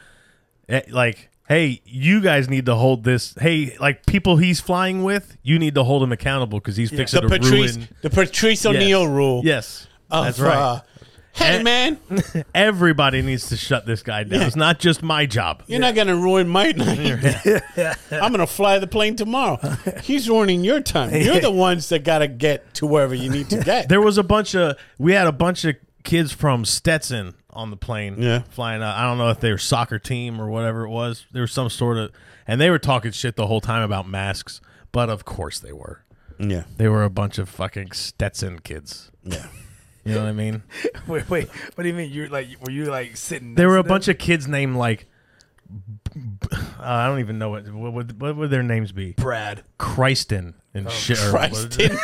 Speaker 3: eh, like, hey, you guys need to hold this. Hey, like people he's flying with, you need to hold him accountable because he's fixing
Speaker 2: The
Speaker 3: to
Speaker 2: Patrice,
Speaker 3: ruin.
Speaker 2: the Patrice O'Neill rule.
Speaker 3: Yes,
Speaker 2: of,
Speaker 3: that's right.
Speaker 2: uh, hey
Speaker 3: Eh.
Speaker 2: man, you're
Speaker 3: Everybody needs to shut this guy down.
Speaker 2: Yeah.
Speaker 3: It's not just my job.
Speaker 2: not gonna ruin
Speaker 3: <laughs>
Speaker 2: my night. I'm gonna fly the plane tomorrow. He's ruining your time. You're the ones that gotta get to wherever you need
Speaker 3: <laughs>
Speaker 2: to get.
Speaker 3: There was a bunch of we had a bunch of kids from Stetson on the plane.
Speaker 2: Yeah.
Speaker 3: Flying out. I don't know if they were soccer team or whatever it was. There was some sort of and they were talking shit the whole time about masks, but of course they were.
Speaker 2: yeah,
Speaker 3: They were a bunch of fucking Stetson kids.
Speaker 2: yeah.
Speaker 3: You know what I <laughs> mean?
Speaker 1: Wait, wait. What do you mean? You're like, were you like sitting?
Speaker 3: There
Speaker 1: next
Speaker 3: were a
Speaker 1: to them?
Speaker 3: bunch of kids named like uh, I don't even know what what would, what would their names be?
Speaker 1: Brad.
Speaker 3: Christen and shit. or what-
Speaker 2: Christin,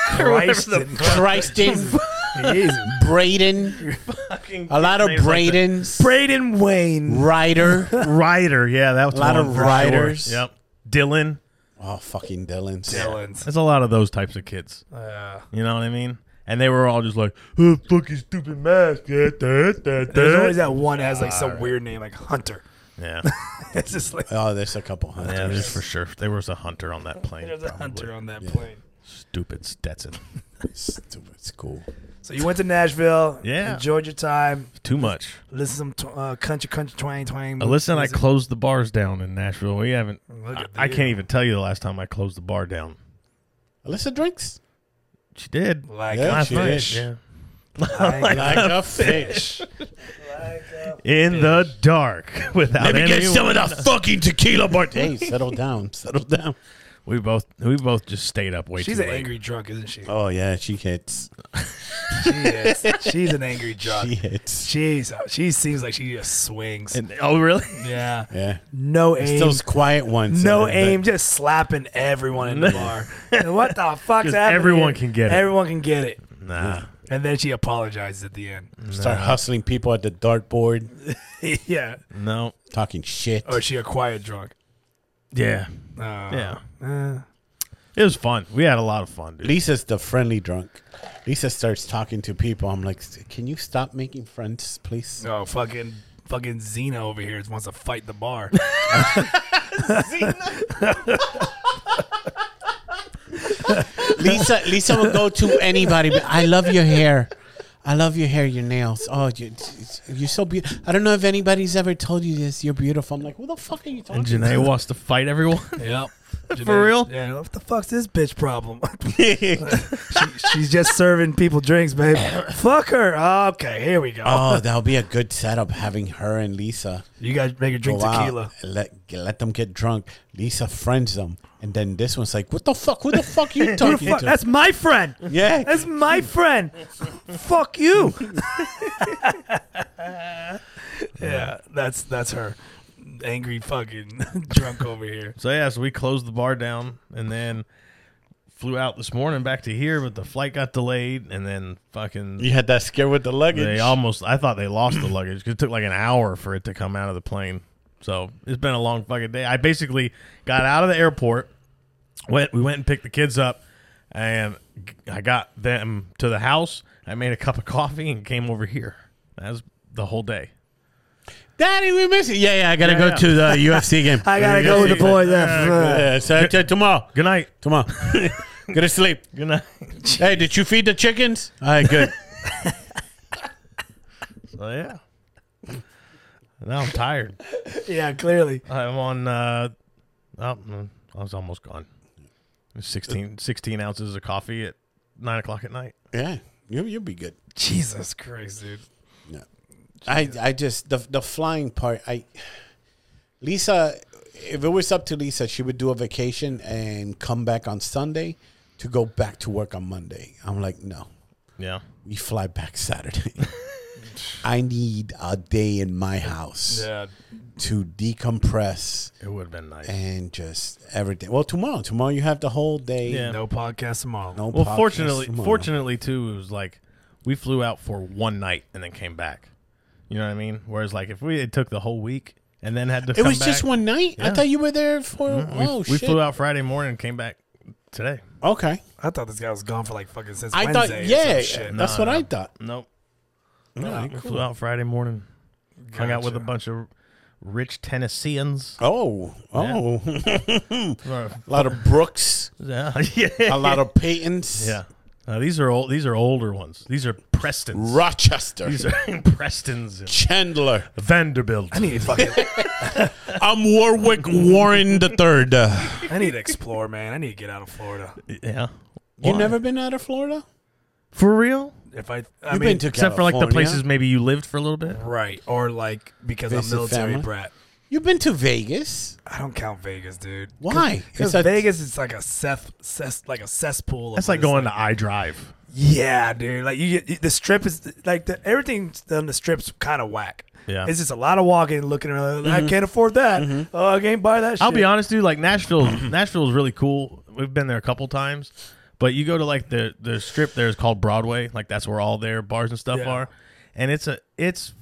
Speaker 1: Christ.
Speaker 2: Christin, Braden, a lot of
Speaker 3: names like that.
Speaker 2: Bradens,
Speaker 1: Braden Wayne.
Speaker 2: Ryder.
Speaker 3: Ryder, yeah, that was a
Speaker 2: lot of Ryders.
Speaker 3: Yep, Dylan.
Speaker 2: Oh fucking Dylan's.
Speaker 1: Dylan's.
Speaker 3: That's a lot of those types of kids.
Speaker 1: Uh,
Speaker 3: You know what I mean? And they were all just like, oh, "Fucking stupid mask." Yeah, that, that,
Speaker 1: there's
Speaker 3: that."
Speaker 1: always that one that has like
Speaker 3: Uh,
Speaker 1: some weird name, like Hunter. <laughs>
Speaker 3: yeah,
Speaker 1: It's just like
Speaker 2: Oh, there's a couple hundred.
Speaker 3: yeah, just for sure. There was a hunter on <laughs> that plane.
Speaker 1: there's a
Speaker 3: probably.
Speaker 1: Hunter on that plane.
Speaker 3: Stupid Stetson.
Speaker 2: Stupid school.
Speaker 1: So you went to Nashville.
Speaker 3: Yeah.
Speaker 1: Enjoyed your time.
Speaker 3: Too much.
Speaker 1: Listen to some tw- uh, country, country twang, twang.
Speaker 3: Uh, Listen, I
Speaker 1: music.
Speaker 3: closed the bars down in Nashville. We haven't.
Speaker 1: Look at uh,
Speaker 3: I, I
Speaker 1: you.
Speaker 3: can't even tell you the last time I closed the bar down.
Speaker 2: Alyssa drinks
Speaker 3: She did.
Speaker 1: like
Speaker 2: Yeah,
Speaker 1: a
Speaker 2: she
Speaker 1: fish.
Speaker 2: is.
Speaker 3: Yeah.
Speaker 1: <laughs> Like,
Speaker 3: <laughs>
Speaker 2: like a fish.
Speaker 3: In the dark <laughs> without any.
Speaker 2: of that fucking tequila, Bartez. Hey, settle down, settle down.
Speaker 3: We both we both just stayed up way
Speaker 1: she's
Speaker 3: too
Speaker 1: an
Speaker 3: late.
Speaker 1: angry drunk, isn't she?
Speaker 2: Oh yeah, she hits.
Speaker 1: She is. She's an
Speaker 3: <laughs>
Speaker 1: angry drunk.
Speaker 2: She hits.
Speaker 1: She's uh, she seems like she just swings.
Speaker 3: <laughs> And- oh really?
Speaker 1: yeah.
Speaker 2: Yeah.
Speaker 1: No aim.
Speaker 2: It's those quiet ones.
Speaker 1: no
Speaker 2: that-
Speaker 1: aim, just slapping everyone
Speaker 3: <laughs>
Speaker 1: in the bar. And what the fuck's
Speaker 3: Just
Speaker 1: happening?
Speaker 3: everyone can get it.
Speaker 1: Everyone can get it.
Speaker 3: Nah.
Speaker 1: And then she apologizes at the end.
Speaker 2: that Start hustling people at the dartboard,
Speaker 3: Mm.
Speaker 1: <laughs> yeah.
Speaker 3: No.
Speaker 2: talking shit.
Speaker 1: Or is she a quiet drunk?
Speaker 3: Yeah.
Speaker 1: Uh,
Speaker 3: Yeah. it was fun. We had a lot of
Speaker 2: <laughs>
Speaker 3: fun, dude.
Speaker 2: Lisa's the friendly drunk. Lisa starts talking to people. I'm like, can you stop making friends, please?
Speaker 1: Oh, fucking fucking Xena over here wants to fight the bar.
Speaker 2: Lisa, Lisa will go to anybody. But I love your hair. I love your hair, your nails. Oh, you, you're so beautiful. I don't know if anybody's ever told you this. You're beautiful. I'm like, who the fuck are you talking
Speaker 3: And Janae wants to fight everyone.
Speaker 1: <laughs> yep. Janae-
Speaker 3: real?
Speaker 1: Yeah. What the fuck's this bitch problem? <laughs> She- she's just serving people drinks, babe. Fuck her. okay, here we go.
Speaker 2: Oh, that would be a good setup having her and Lisa.
Speaker 1: you guys make her drink
Speaker 2: go out,
Speaker 1: tequila.
Speaker 2: Let let them get drunk. Lisa friends them, and then this one's like, "What the fuck? Who the fuck you
Speaker 1: <laughs> Who the
Speaker 2: talking
Speaker 1: fuck?
Speaker 2: to?"
Speaker 1: That's my friend.
Speaker 2: yeah,
Speaker 1: That's my friend. Fuck you. yeah, that's that's her. Angry fucking <laughs> drunk over here.
Speaker 3: So yeah, so we closed the bar down and then flew out this morning back to here, but the flight got delayed and then fucking
Speaker 2: you had that scare with the luggage.
Speaker 3: they almost I thought they lost <clears throat> the luggage because it took like an hour for it to come out of the plane. So it's been a long fucking day. I basically got out of the airport, went we went and picked the kids up, and I got them to the house. I made a cup of coffee and came over here. That was the whole day.
Speaker 2: Daddy, we miss you. Yeah, yeah, I gotta
Speaker 3: Yeah,
Speaker 2: go
Speaker 3: yeah.
Speaker 2: to the <laughs> UFC game.
Speaker 1: <laughs> I gotta go with the boys. <laughs> Yeah,
Speaker 2: Yeah, so t- tomorrow,
Speaker 3: Good night.
Speaker 2: tomorrow, go to sleep.
Speaker 3: Good night.
Speaker 2: Hey, did you feed the chickens? All right, <laughs> good.
Speaker 3: So yeah. Now I'm tired.
Speaker 1: yeah, clearly.
Speaker 3: I'm on. Uh, oh, mm, I was almost gone. 16, 16 ounces of coffee at nine o'clock at night.
Speaker 2: yeah, you you'll be good.
Speaker 1: Jesus Christ, dude.
Speaker 2: I I just the the flying part. I Lisa, if it was up to Lisa, she would do a vacation and come back on Sunday to go back to work on Monday. I'm like, no,
Speaker 3: Yeah.
Speaker 2: we fly back <laughs> Saturday. I need a day in my house
Speaker 1: Yeah.
Speaker 2: to decompress
Speaker 3: It would have been nice.
Speaker 2: and just everything. Well, tomorrow, tomorrow you have the whole day.
Speaker 3: Yeah.
Speaker 1: No podcast tomorrow.
Speaker 2: No
Speaker 3: Well,
Speaker 2: podcast
Speaker 3: fortunately,
Speaker 2: tomorrow.
Speaker 3: fortunately too, it was like we flew out for one night and then came back. You know what I mean? Whereas like if we it took the whole week and then had to,
Speaker 2: It
Speaker 3: come
Speaker 2: was just
Speaker 3: back-
Speaker 2: one night. I
Speaker 3: Yeah.
Speaker 2: thought you were there for.
Speaker 3: We,
Speaker 2: oh
Speaker 3: we
Speaker 2: shit!
Speaker 3: flew out Friday morning and came back today.
Speaker 2: Okay,
Speaker 1: I thought this guy was gone for like fucking since
Speaker 2: I
Speaker 1: Wednesday.
Speaker 2: thought
Speaker 1: or
Speaker 2: yeah.
Speaker 1: some shit.
Speaker 2: That's
Speaker 3: No,
Speaker 2: what I
Speaker 3: no.
Speaker 2: thought.
Speaker 3: Nope.
Speaker 2: All right,
Speaker 3: We
Speaker 2: cool.
Speaker 3: flew out Friday morning. Hung out with a
Speaker 1: Gotcha.
Speaker 3: bunch of rich Tennesseans.
Speaker 2: Oh, oh,
Speaker 3: Yeah.
Speaker 2: a lot of Brooks,
Speaker 3: <laughs> yeah.
Speaker 2: a lot
Speaker 3: <laughs>
Speaker 2: of Paytons.
Speaker 3: yeah. Uh, these are old. These are older ones. These are Prestons.
Speaker 2: Rochester,
Speaker 3: These are <laughs> Prestons. And
Speaker 2: Chandler.
Speaker 3: Vanderbilt.
Speaker 1: I
Speaker 3: <laughs>
Speaker 1: need to fucking
Speaker 2: I'm Warwick Warren the Third.
Speaker 1: I need to explore, man. I need to get out of Florida.
Speaker 3: Yeah.
Speaker 2: You
Speaker 3: Why?
Speaker 2: never been out of Florida?
Speaker 3: for real?
Speaker 1: If I I
Speaker 2: You've
Speaker 1: mean
Speaker 2: been to
Speaker 3: Except for like the
Speaker 2: California.
Speaker 3: places maybe you lived for a little bit.
Speaker 1: right or like because I'm
Speaker 2: Visit
Speaker 1: military
Speaker 2: family.
Speaker 1: brat.
Speaker 2: You've been to Vegas.
Speaker 1: I don't count Vegas, dude.
Speaker 2: Why?
Speaker 1: Because
Speaker 2: It's a-
Speaker 1: Vegas is like a cess, cess like a cesspool. of
Speaker 3: That's like
Speaker 1: what it's
Speaker 3: going to iDrive.
Speaker 1: Yeah, dude. Like you, get the strip is like the, everything on the strip's kind of whack.
Speaker 3: Yeah. Mm-hmm.
Speaker 1: it's just a lot of walking, looking around. I can't afford that. Oh, I can't buy that.
Speaker 3: I'll
Speaker 1: shit.
Speaker 3: be honest, dude. Like Nashville,
Speaker 2: <clears throat>
Speaker 3: Nashville is really cool. We've been there a couple times, but you go to like the the strip there is called Broadway. Like that's where all their bars and stuff
Speaker 1: Yeah.
Speaker 3: are, and it's a it's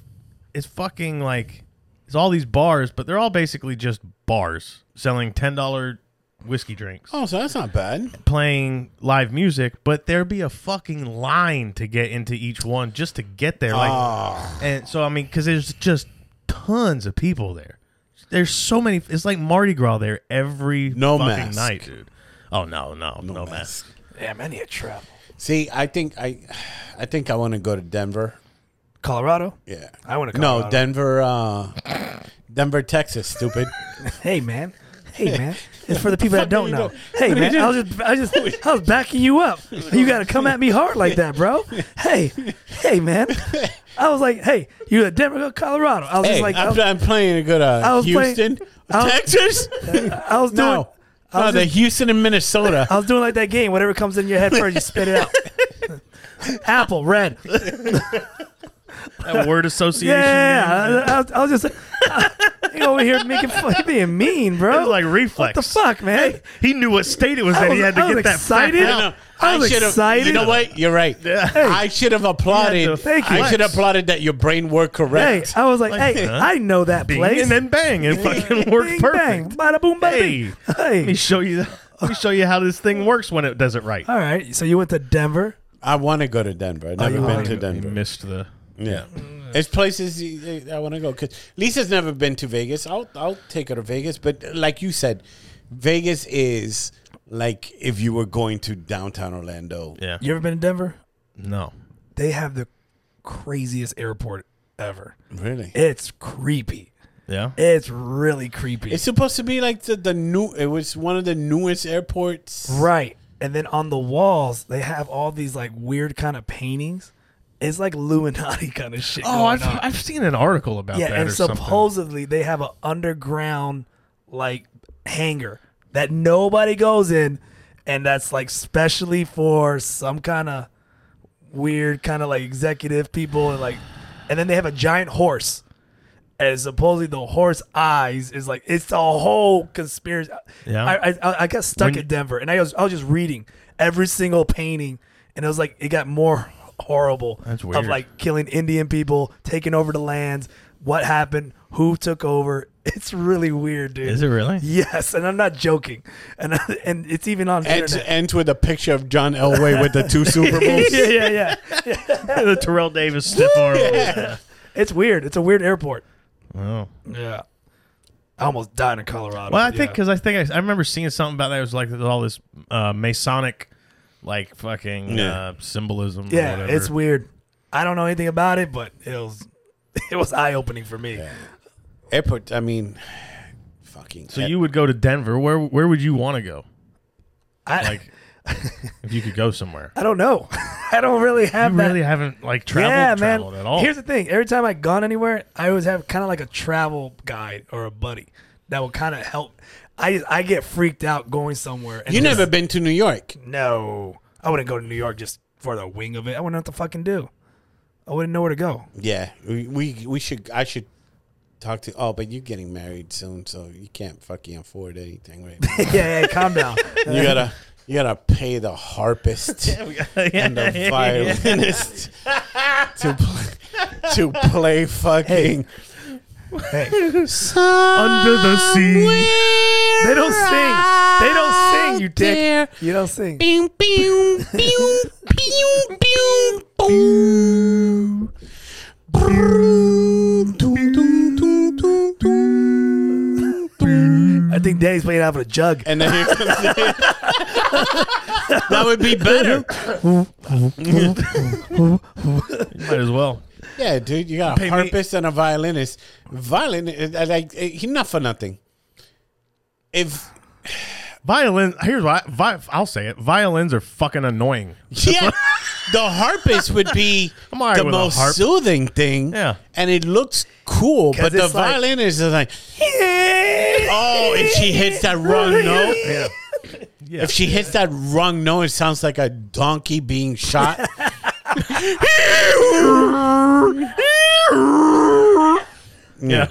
Speaker 3: it's fucking like it's all these bars, but they're all basically just bars selling ten dollar whiskey drinks,
Speaker 2: Oh, so that's not bad.
Speaker 3: playing live music. But there'd be a fucking line to get into each one just to get there. Like,
Speaker 1: Ah.
Speaker 3: and so I mean, because there's just tons of people there. There's so many. It's like Mardi Gras there every
Speaker 2: No
Speaker 3: fucking
Speaker 2: mask.
Speaker 3: night, dude. Oh no, no, no, mask.
Speaker 1: Damn, I need to travel.
Speaker 2: See, I think I, I think I want to go to Denver.
Speaker 1: Colorado.
Speaker 2: Yeah,
Speaker 1: I wanna
Speaker 2: No,
Speaker 1: Colorado.
Speaker 2: Denver, uh, Denver,
Speaker 1: <laughs>
Speaker 2: Texas. Stupid.
Speaker 1: Hey, man. Hey, man. It's for the people that don't
Speaker 2: you
Speaker 1: know.
Speaker 2: doing?
Speaker 1: Hey, man. I was just, I was just, I was backing you up. You got to come at me hard like that, bro. Hey, hey, man. I was like, hey, you at Denver, Colorado. I was
Speaker 2: hey,
Speaker 1: just like, I
Speaker 2: I'm,
Speaker 1: was,
Speaker 2: I'm planning to go to
Speaker 1: was playing-
Speaker 2: uh, Houston,
Speaker 1: I was- <laughs>
Speaker 2: Texas.
Speaker 1: I was doing,
Speaker 2: No,
Speaker 1: I
Speaker 2: no,
Speaker 1: was
Speaker 2: the
Speaker 1: just-
Speaker 2: Houston and Minnesota.
Speaker 1: <laughs> I was doing like that game. Whatever comes in your head first, you spit it out. <laughs> Apple,
Speaker 2: <laughs>
Speaker 1: red.
Speaker 3: That word association.
Speaker 1: Yeah, I, I was- I was just <laughs> you over here making fun, you being mean,
Speaker 3: dude. It
Speaker 1: bro.
Speaker 3: was like
Speaker 1: what
Speaker 3: reflex.
Speaker 1: the fuck, man?
Speaker 3: He knew what state it was
Speaker 1: I
Speaker 3: in. He
Speaker 1: was-
Speaker 3: had to
Speaker 1: I was
Speaker 3: get that
Speaker 1: excited.
Speaker 2: I
Speaker 3: fact out.
Speaker 2: know.
Speaker 1: I was
Speaker 2: should've-
Speaker 1: excited.
Speaker 2: You know what? You're right. I should have
Speaker 3: You
Speaker 2: applauded.
Speaker 3: had to Thank
Speaker 1: you.
Speaker 2: I should have applauded that your brain worked
Speaker 1: Hey,
Speaker 2: correct.
Speaker 1: I was like, hey,
Speaker 3: huh?
Speaker 1: I know that
Speaker 3: Bing,
Speaker 1: place.
Speaker 3: and then bang, and fucking worked
Speaker 1: Bing, bang,
Speaker 3: perfect.
Speaker 1: bada boom, bada
Speaker 3: <laughs> Hey,
Speaker 1: bing.
Speaker 3: let me
Speaker 1: Hey.
Speaker 3: show you. Let me show you how this thing works when it does it right.
Speaker 1: All right, so you went to Denver.
Speaker 2: I, want to go to Denver. I've never
Speaker 1: Oh, you
Speaker 2: been
Speaker 1: wanna
Speaker 2: to
Speaker 1: go-
Speaker 3: You
Speaker 2: Denver.
Speaker 3: missed the.
Speaker 2: Yeah.
Speaker 1: Mm-hmm.
Speaker 2: It's places you- I want to go. 'Cause Lisa's never been to Vegas. I'll I'll take her to Vegas. But like you said, Vegas is like if you were going to downtown Orlando.
Speaker 3: Yeah.
Speaker 1: You ever been to Denver?
Speaker 3: No.
Speaker 1: They have the craziest airport ever.
Speaker 2: Really?
Speaker 1: It's creepy.
Speaker 3: Yeah.
Speaker 1: It's really creepy.
Speaker 2: It's supposed to be like the, the new. It was one of the newest airports.
Speaker 1: right. And then on the walls, they have all these like weird kind of paintings. It's like Illuminati <laughs> kind of shit.
Speaker 3: Oh,
Speaker 1: going
Speaker 3: I've,
Speaker 1: on.
Speaker 3: I've seen an article about
Speaker 1: yeah,
Speaker 3: that.
Speaker 1: and
Speaker 3: or something.
Speaker 1: supposedly they have an underground like hangar that nobody goes in, and that's like specially for some kind of weird kind of like executive people and like, and then they have a giant horse, and supposedly the horse eyes is like it's a whole conspiracy.
Speaker 3: Yeah.
Speaker 1: I I, I got stuck
Speaker 3: When-
Speaker 1: in Denver, and I was I was just reading every single painting, and it was like it got more horrible
Speaker 3: That's
Speaker 1: of
Speaker 3: weird.
Speaker 1: like killing Indian people, taking over the lands, what happened, who took over. <laughs> It's really weird, dude.
Speaker 3: Is it really?
Speaker 1: Yes, and I'm not joking. And <laughs> and it's even on the
Speaker 2: Ends,
Speaker 3: <laughs>
Speaker 1: internet.
Speaker 2: ends with a picture of John Elway with the
Speaker 1: <laughs>
Speaker 2: two Super Bowls.
Speaker 1: yeah, yeah, yeah, <laughs> yeah.
Speaker 3: the Terrell Davis <laughs> stiff arm.
Speaker 1: It's weird. It's a weird airport.
Speaker 3: Oh.
Speaker 1: Yeah. I almost died in Colorado.
Speaker 3: Well, I
Speaker 1: but
Speaker 3: think
Speaker 1: yeah.
Speaker 3: because I think I, I remember seeing something about that. It was like there's all this uh, Masonic, like fucking
Speaker 2: Yeah.
Speaker 3: uh, symbolism. or
Speaker 1: Yeah,
Speaker 3: whatever.
Speaker 1: it's weird. I don't know anything about it, but it was <laughs> it was eye opening for me.
Speaker 2: Airport. I mean, fucking.
Speaker 3: So you would go to Denver. Where where would you want to go?
Speaker 1: I <laughs>
Speaker 3: Like, if you could go somewhere.
Speaker 1: I don't know. <laughs> I don't really have
Speaker 3: You
Speaker 1: that.
Speaker 3: really haven't like traveled,
Speaker 1: yeah,
Speaker 3: traveled
Speaker 1: man.
Speaker 3: at all.
Speaker 1: Here's the thing: every time I've gone anywhere, I always have kind of like a travel guide or a buddy that will kind of help. I I get freaked out going somewhere. And
Speaker 2: You
Speaker 1: just-
Speaker 2: never been to New York.
Speaker 1: No, I wouldn't go to New York just for the wing of it. I wouldn't know what to fucking do. I wouldn't know where to
Speaker 2: <laughs>
Speaker 1: go. <laughs>
Speaker 2: Yeah, we, we we should. I should talk to. Oh, but you're getting married soon, so you can't fucking afford anything right now.
Speaker 1: yeah, yeah, calm down.
Speaker 2: you gotta you gotta pay the harpist and the violinist to play, to play fucking
Speaker 1: Hey,
Speaker 3: Under the sea.
Speaker 1: they don't sing. They don't sing. You dick. You don't sing.
Speaker 2: Pew, pew, pew, pew, pew, boom. Brrrr, dum, dum, dum, dum, dum, brrrr.
Speaker 1: I think Danny's playing out of a jug.
Speaker 2: And then here comes the- That would be better.
Speaker 3: Might as well.
Speaker 2: Yeah, dude, you got a
Speaker 3: Pay me-
Speaker 2: harpist and a violinist. Violin, uh, like, uh, he not for nothing. If
Speaker 3: Violin. Here's why. Vi- I'll say it. Violins are fucking annoying.
Speaker 2: yeah, the harpist would be
Speaker 3: I'm all right
Speaker 2: the
Speaker 3: with a
Speaker 2: most
Speaker 3: harp.
Speaker 2: soothing thing.
Speaker 3: Yeah.
Speaker 2: and it looks cool,
Speaker 1: 'Cause
Speaker 2: but the
Speaker 1: it's like-
Speaker 2: violinist is like, <laughs> oh, if she hits that wrong
Speaker 1: <laughs>
Speaker 2: note,
Speaker 3: <laughs> Yeah. Yeah.
Speaker 2: if she hits that wrong note, it sounds like a donkey being shot.
Speaker 3: yeah.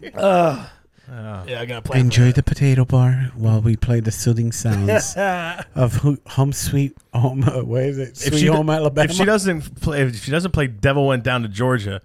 Speaker 1: Yeah, I gotta play.
Speaker 2: Enjoy the potato bar while we play the soothing sounds
Speaker 1: <laughs>
Speaker 2: of Ho- Home Sweet Home. uh, Where is it? Sweet
Speaker 3: if she do-
Speaker 2: Home Alabama.
Speaker 3: If she doesn't play, if she doesn't play, Devil went down to Georgia.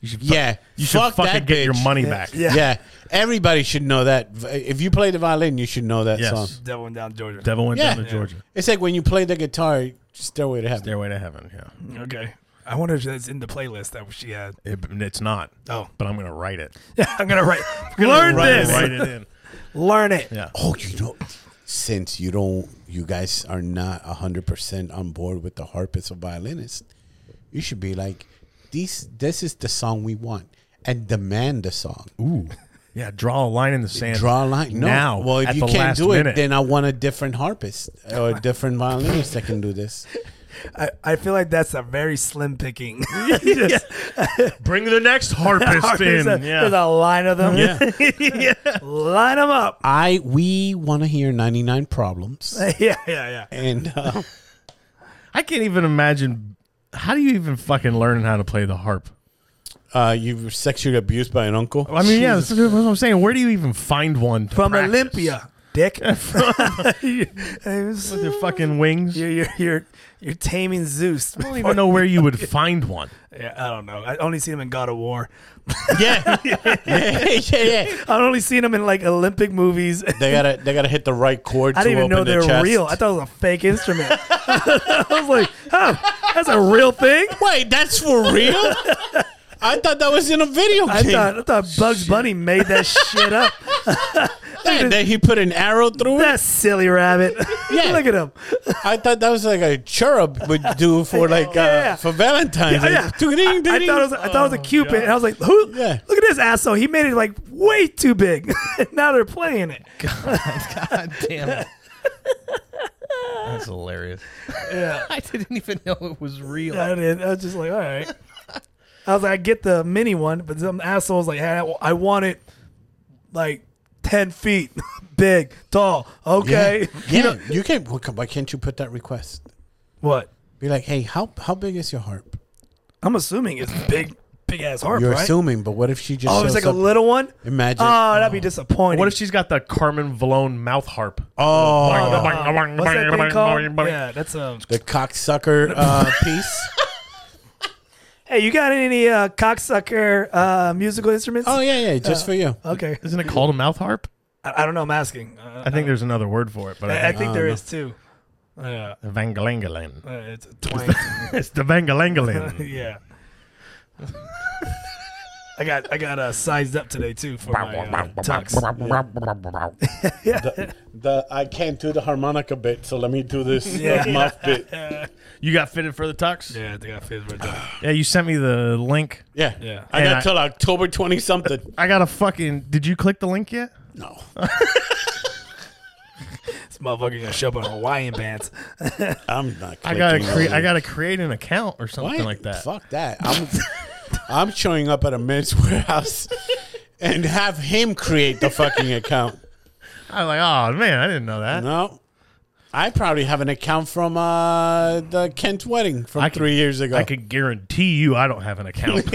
Speaker 3: You should. fu-
Speaker 2: Yeah,
Speaker 3: You should
Speaker 2: fuck
Speaker 3: fucking
Speaker 2: that
Speaker 3: get your
Speaker 2: bitch.
Speaker 3: money back.
Speaker 1: Yeah.
Speaker 2: yeah. everybody should know that. V- If you play the violin, you should know that
Speaker 3: Yes.
Speaker 2: song.
Speaker 1: Devil and down Georgia.
Speaker 3: Devil went
Speaker 2: Yeah.
Speaker 3: down to Georgia.
Speaker 2: It's like when you play the guitar, Stairway to Heaven.
Speaker 3: Stairway to Heaven. Yeah.
Speaker 1: okay. I wonder if that's in the playlist that she had.
Speaker 3: It, it's not.
Speaker 1: Oh.
Speaker 3: But I'm gonna write it.
Speaker 1: Yeah, <laughs> I'm gonna write. Learn
Speaker 2: write
Speaker 1: this.
Speaker 2: it.
Speaker 3: Write it in.
Speaker 1: Learn it.
Speaker 3: Yeah.
Speaker 2: Oh, you know, since you don't, you guys are not hundred percent on board with the harpist or violinist. You should be like, these. This is the song we want, and demand the song.
Speaker 3: Ooh. Yeah. Draw a line in the sand.
Speaker 2: Draw a line. No.
Speaker 3: Now.
Speaker 2: well, if
Speaker 3: at
Speaker 2: you
Speaker 3: the
Speaker 2: can't
Speaker 3: last
Speaker 2: do
Speaker 3: minute.
Speaker 2: it, then I want a different harpist or a different violinist that can do this.
Speaker 1: I, I feel like that's a very slim <laughs> picking.
Speaker 3: bring the
Speaker 2: <laughs>
Speaker 3: next harpist
Speaker 1: There's
Speaker 3: in.
Speaker 2: uh,
Speaker 1: a, there's
Speaker 3: Yeah.
Speaker 1: a line of them.
Speaker 3: Yeah.
Speaker 1: <laughs> Line them up.
Speaker 2: I we want to hear ninety nine problems
Speaker 1: <laughs> Yeah, yeah, yeah.
Speaker 2: and
Speaker 1: <laughs>
Speaker 2: uh,
Speaker 3: I can't even imagine. How do you even fucking learn how to play the harp?
Speaker 2: uh, you were sexually abused by an uncle.
Speaker 3: I mean, yeah, that's what I'm saying. Where do you even find one to
Speaker 1: From
Speaker 3: practice?
Speaker 1: Olympia, dick. <laughs>
Speaker 3: With your fucking wings.
Speaker 1: you're, you're, you're, you're taming Zeus.
Speaker 3: I don't even know where you would find one.
Speaker 1: <laughs> Yeah, I don't know. I only seen him in God of War.
Speaker 2: <laughs> Yeah, yeah, yeah, yeah.
Speaker 1: I've only seen him in like Olympic <laughs> movies.
Speaker 2: They gotta they gotta hit the right chord.
Speaker 1: I
Speaker 2: to
Speaker 1: didn't even know
Speaker 2: open
Speaker 1: they
Speaker 2: the
Speaker 1: were
Speaker 2: chest.
Speaker 1: real. I thought it was a fake instrument. <laughs> I was like, huh, that's a real thing?
Speaker 2: Wait, that's for real? I thought that was in a video game. <laughs>
Speaker 1: I thought I thought Bugs Bunny made that shit up.
Speaker 2: and then he put an arrow through it.
Speaker 1: That silly rabbit. <laughs>
Speaker 2: Yeah.
Speaker 1: Look at him.
Speaker 2: I thought that was like a churub would do for like uh,
Speaker 1: Yeah.
Speaker 2: for Valentine's.
Speaker 1: Yeah,
Speaker 2: Like,
Speaker 1: yeah.
Speaker 2: ding,
Speaker 1: I,
Speaker 2: ding,
Speaker 1: I
Speaker 2: ding. Oh,
Speaker 1: thought it was, I thought it was a cupid, and I was like, "Who?
Speaker 2: Yeah.
Speaker 1: Look at this asshole! He made it like way too big. <laughs> now they're playing it.
Speaker 7: God damn it. That's hilarious.
Speaker 1: <laughs>
Speaker 7: I didn't even know it was real.
Speaker 1: I, did. I was just like, all right. I was like, I get the mini one, but some asshole's like, hey, I want it like ten feet <laughs> big, tall. Okay.
Speaker 2: Yeah, you can. well, come- Why can't you put that request?
Speaker 1: What?
Speaker 2: Be like, hey, how how big is your harp?
Speaker 1: I'm assuming it's big, big ass harp,
Speaker 2: You're
Speaker 1: right?
Speaker 2: assuming, but what if she just?
Speaker 1: oh, it's
Speaker 2: shows
Speaker 1: like
Speaker 2: up-
Speaker 1: a little one.
Speaker 2: Imagine.
Speaker 1: Oh, that'd be disappointing.
Speaker 3: What if she's got the Carmen Vallone mouth harp?
Speaker 2: oh,
Speaker 1: What's that thing called? yeah, that's um.
Speaker 2: the cocksucker <laughs> uh, piece.
Speaker 1: Hey, you got any uh, cocksucker uh, musical instruments?
Speaker 2: Oh yeah, yeah, just for you.
Speaker 1: Okay.
Speaker 3: Isn't it called a mouth harp?
Speaker 1: I, I don't know. I'm asking. Uh,
Speaker 3: I think there's another word for it, but
Speaker 1: I, I
Speaker 3: I think
Speaker 1: think there is too. Yeah,
Speaker 3: Vangalangalin.
Speaker 1: uh, it's a twang.
Speaker 3: It's
Speaker 1: <laughs>
Speaker 3: the Vangalangalin.
Speaker 1: yeah. I got I got uh, sized up today too for my uh, tux.
Speaker 2: The, the I can't do the harmonica bit, so let me do this
Speaker 1: Yeah.
Speaker 2: uh, muff bit.
Speaker 3: You got fitted for the tux?
Speaker 1: Yeah, I think I feel right there.
Speaker 3: Yeah, you sent me the link.
Speaker 2: Yeah,
Speaker 1: Yeah.
Speaker 2: I
Speaker 3: And
Speaker 2: got
Speaker 3: I-
Speaker 2: till October twenty something.
Speaker 3: I got a fucking. Did you click the link yet?
Speaker 2: No,
Speaker 1: This motherfucker gonna show up in Hawaiian pants.
Speaker 2: I'm not.
Speaker 3: I gotta
Speaker 2: clicking
Speaker 3: create.
Speaker 2: on
Speaker 3: I
Speaker 2: it.
Speaker 3: gotta create an account or something
Speaker 2: What?
Speaker 3: like that.
Speaker 2: Fuck <laughs> that. I'm I'm showing up at a men's <laughs> warehouse and have him create the fucking account.
Speaker 3: I was like, oh man, I didn't know that.
Speaker 2: No. I probably have an account from uh, the Kent wedding from
Speaker 3: I can-
Speaker 2: three years ago.
Speaker 3: I can guarantee you, I don't have an account.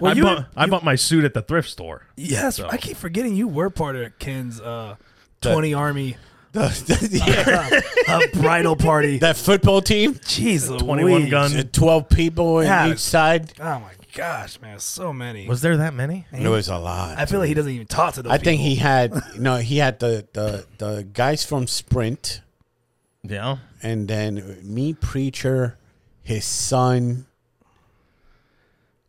Speaker 1: Well,
Speaker 3: I,
Speaker 1: you,
Speaker 3: bought, I bought my suit at the thrift store.
Speaker 1: yes, I keep forgetting you were part of Ken's uh, twenty army
Speaker 2: <laughs> yeah,
Speaker 3: <laughs>
Speaker 1: uh, bridal party.
Speaker 2: that football team,
Speaker 1: Jeez,
Speaker 3: Twenty-one
Speaker 1: Louise.
Speaker 3: gun.
Speaker 2: twelve people in
Speaker 1: Yeah.
Speaker 2: each side.
Speaker 1: Oh my gosh, man, so many.
Speaker 3: Was there that many?
Speaker 2: It was a lot.
Speaker 1: I feel like he doesn't even talk to those
Speaker 2: I think
Speaker 1: people.
Speaker 2: he had
Speaker 1: <laughs>
Speaker 2: no. He had the, the the guys from Sprint,
Speaker 3: Yeah.
Speaker 2: and then me, preacher, his son,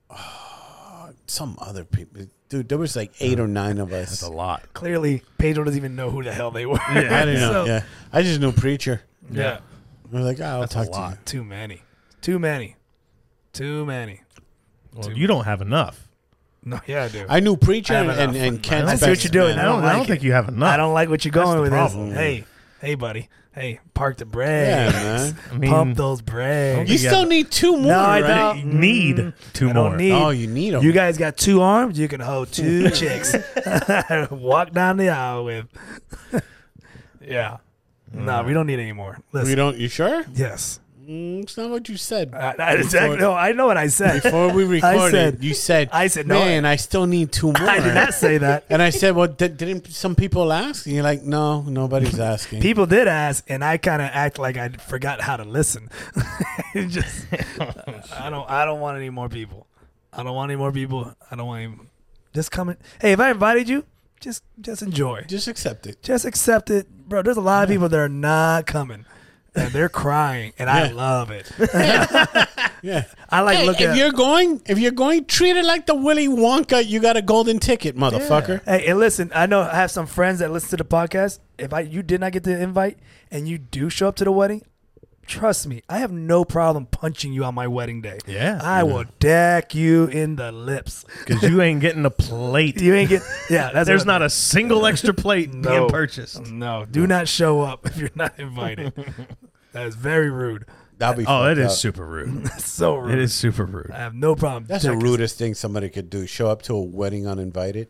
Speaker 2: uh, some other people. Dude, there was like eight or nine of us.
Speaker 3: A lot.
Speaker 1: clearly Pedro doesn't even know who the hell they were.
Speaker 3: Yeah,
Speaker 2: I didn't
Speaker 1: So-
Speaker 2: know. yeah, I just knew preacher.
Speaker 1: <laughs> yeah.
Speaker 2: I was like, "Ah, I'll talk to you.
Speaker 1: Too many. Too many. Too many.
Speaker 3: Well, you don't have enough.
Speaker 1: No, yeah, I do. I,
Speaker 2: I knew preacher
Speaker 1: I have
Speaker 2: and, and,
Speaker 1: enough.
Speaker 2: and Ken's
Speaker 1: I see what
Speaker 2: best
Speaker 1: you're doing.
Speaker 2: man.
Speaker 1: I don't
Speaker 3: I don't
Speaker 1: like
Speaker 3: think you have enough.
Speaker 1: don't like what you're going
Speaker 3: the
Speaker 1: with this.
Speaker 3: problem.
Speaker 1: Hey, hey, buddy. Hey, park the
Speaker 2: Yeah,
Speaker 1: brakes. <laughs>
Speaker 2: man.
Speaker 3: I mean,
Speaker 1: Pump those brakes.
Speaker 2: You still need two more,
Speaker 1: I
Speaker 2: right?
Speaker 1: don't.
Speaker 3: you need two
Speaker 1: Uh, mm, I
Speaker 3: more.
Speaker 1: don't need.
Speaker 2: Oh, you need them.
Speaker 1: you guys got two arms. You can hold two <laughs> chicks. Walk down the aisle with. <laughs> yeah. No, we don't need any more. Listen.
Speaker 2: we don't. You sure?
Speaker 1: Yes.
Speaker 2: Mm, it's not what you said.
Speaker 1: I, I, Uh, exactly, no, I know what I said.
Speaker 2: Before
Speaker 1: <laughs>
Speaker 2: we recorded,
Speaker 1: said-
Speaker 2: you said,
Speaker 1: I said, no,
Speaker 2: man, I still need two
Speaker 1: <laughs>
Speaker 2: more."
Speaker 1: I did not say that.
Speaker 2: And I said, "Well, di- didn't some people ask?" And you're like, "No,
Speaker 1: <laughs>
Speaker 2: nobody's asking."
Speaker 1: people did ask, and I kind of act like I forgot how to listen. <laughs> It
Speaker 2: <laughs>
Speaker 1: just,
Speaker 2: Oh,
Speaker 1: I don't, I don't want any more people. I don't want any more people. I don't want any. Just come in. Hey, if I invited you, just, just enjoy.
Speaker 2: Just accept it.
Speaker 1: Just accept it, bro. There's a lot of people that are not coming, and they're crying, and I
Speaker 2: Yeah.
Speaker 1: love it. <laughs>
Speaker 2: Yeah.
Speaker 1: I like
Speaker 2: Hey,
Speaker 1: looking.
Speaker 2: if
Speaker 1: at-
Speaker 2: you're going, if you're going, treat it like the Willy Wonka. You got a golden ticket, motherfucker.
Speaker 1: Hey, and listen, I know I have some friends that listen to the podcast. If I you did not get the invite and you do show up to the wedding, trust me, I have no problem punching you on my wedding day.
Speaker 3: Yeah.
Speaker 1: I will deck you in the lips.
Speaker 3: Because you ain't getting a plate.
Speaker 1: You ain't get yeah, that's
Speaker 3: There's
Speaker 1: what I-
Speaker 3: not a single extra plate
Speaker 1: No.
Speaker 3: being purchased.
Speaker 1: No, do not show up if you're not
Speaker 3: <laughs>
Speaker 1: invited. that is very rude. <laughs>
Speaker 2: That'll be.
Speaker 3: Oh,
Speaker 2: fucked
Speaker 3: it is
Speaker 2: up.
Speaker 3: super rude.
Speaker 1: That's so rude.
Speaker 3: It is super rude.
Speaker 1: I have no problem.
Speaker 2: That's the
Speaker 1: decking-
Speaker 2: rudest thing somebody could do. Show up to a wedding uninvited.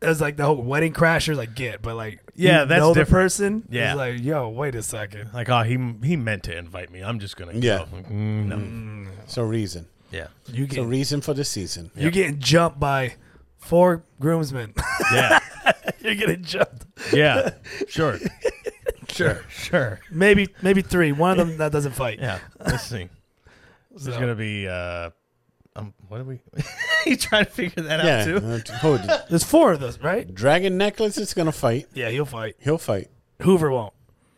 Speaker 1: It's like the whole wedding crashers I get, but like
Speaker 3: Yeah,
Speaker 1: you
Speaker 3: that's
Speaker 1: know the
Speaker 3: different.
Speaker 1: person. It's
Speaker 3: Yeah.
Speaker 1: like, yo, wait a second.
Speaker 3: Like, oh, he he meant to invite me. I'm just gonna go.
Speaker 2: Yeah.
Speaker 3: Mm, no.
Speaker 2: It's a reason.
Speaker 3: Yeah.
Speaker 1: You
Speaker 2: It's a
Speaker 1: get
Speaker 2: reason for the season.
Speaker 1: You're getting jumped by four groomsmen. <laughs>
Speaker 3: Yeah.
Speaker 1: You're getting jumped.
Speaker 3: Yeah. Sure. sure. Sure.
Speaker 1: Maybe maybe three. One of them that doesn't fight.
Speaker 3: Yeah. Let's see. There's gonna be uh um what do we <laughs> you trying to figure that out
Speaker 2: Yeah.
Speaker 3: too?
Speaker 2: Uh, who- the
Speaker 1: There's four of those, right?
Speaker 2: Dragon necklace is gonna fight.
Speaker 1: Yeah, he'll fight.
Speaker 2: He'll fight.
Speaker 1: Hoover won't.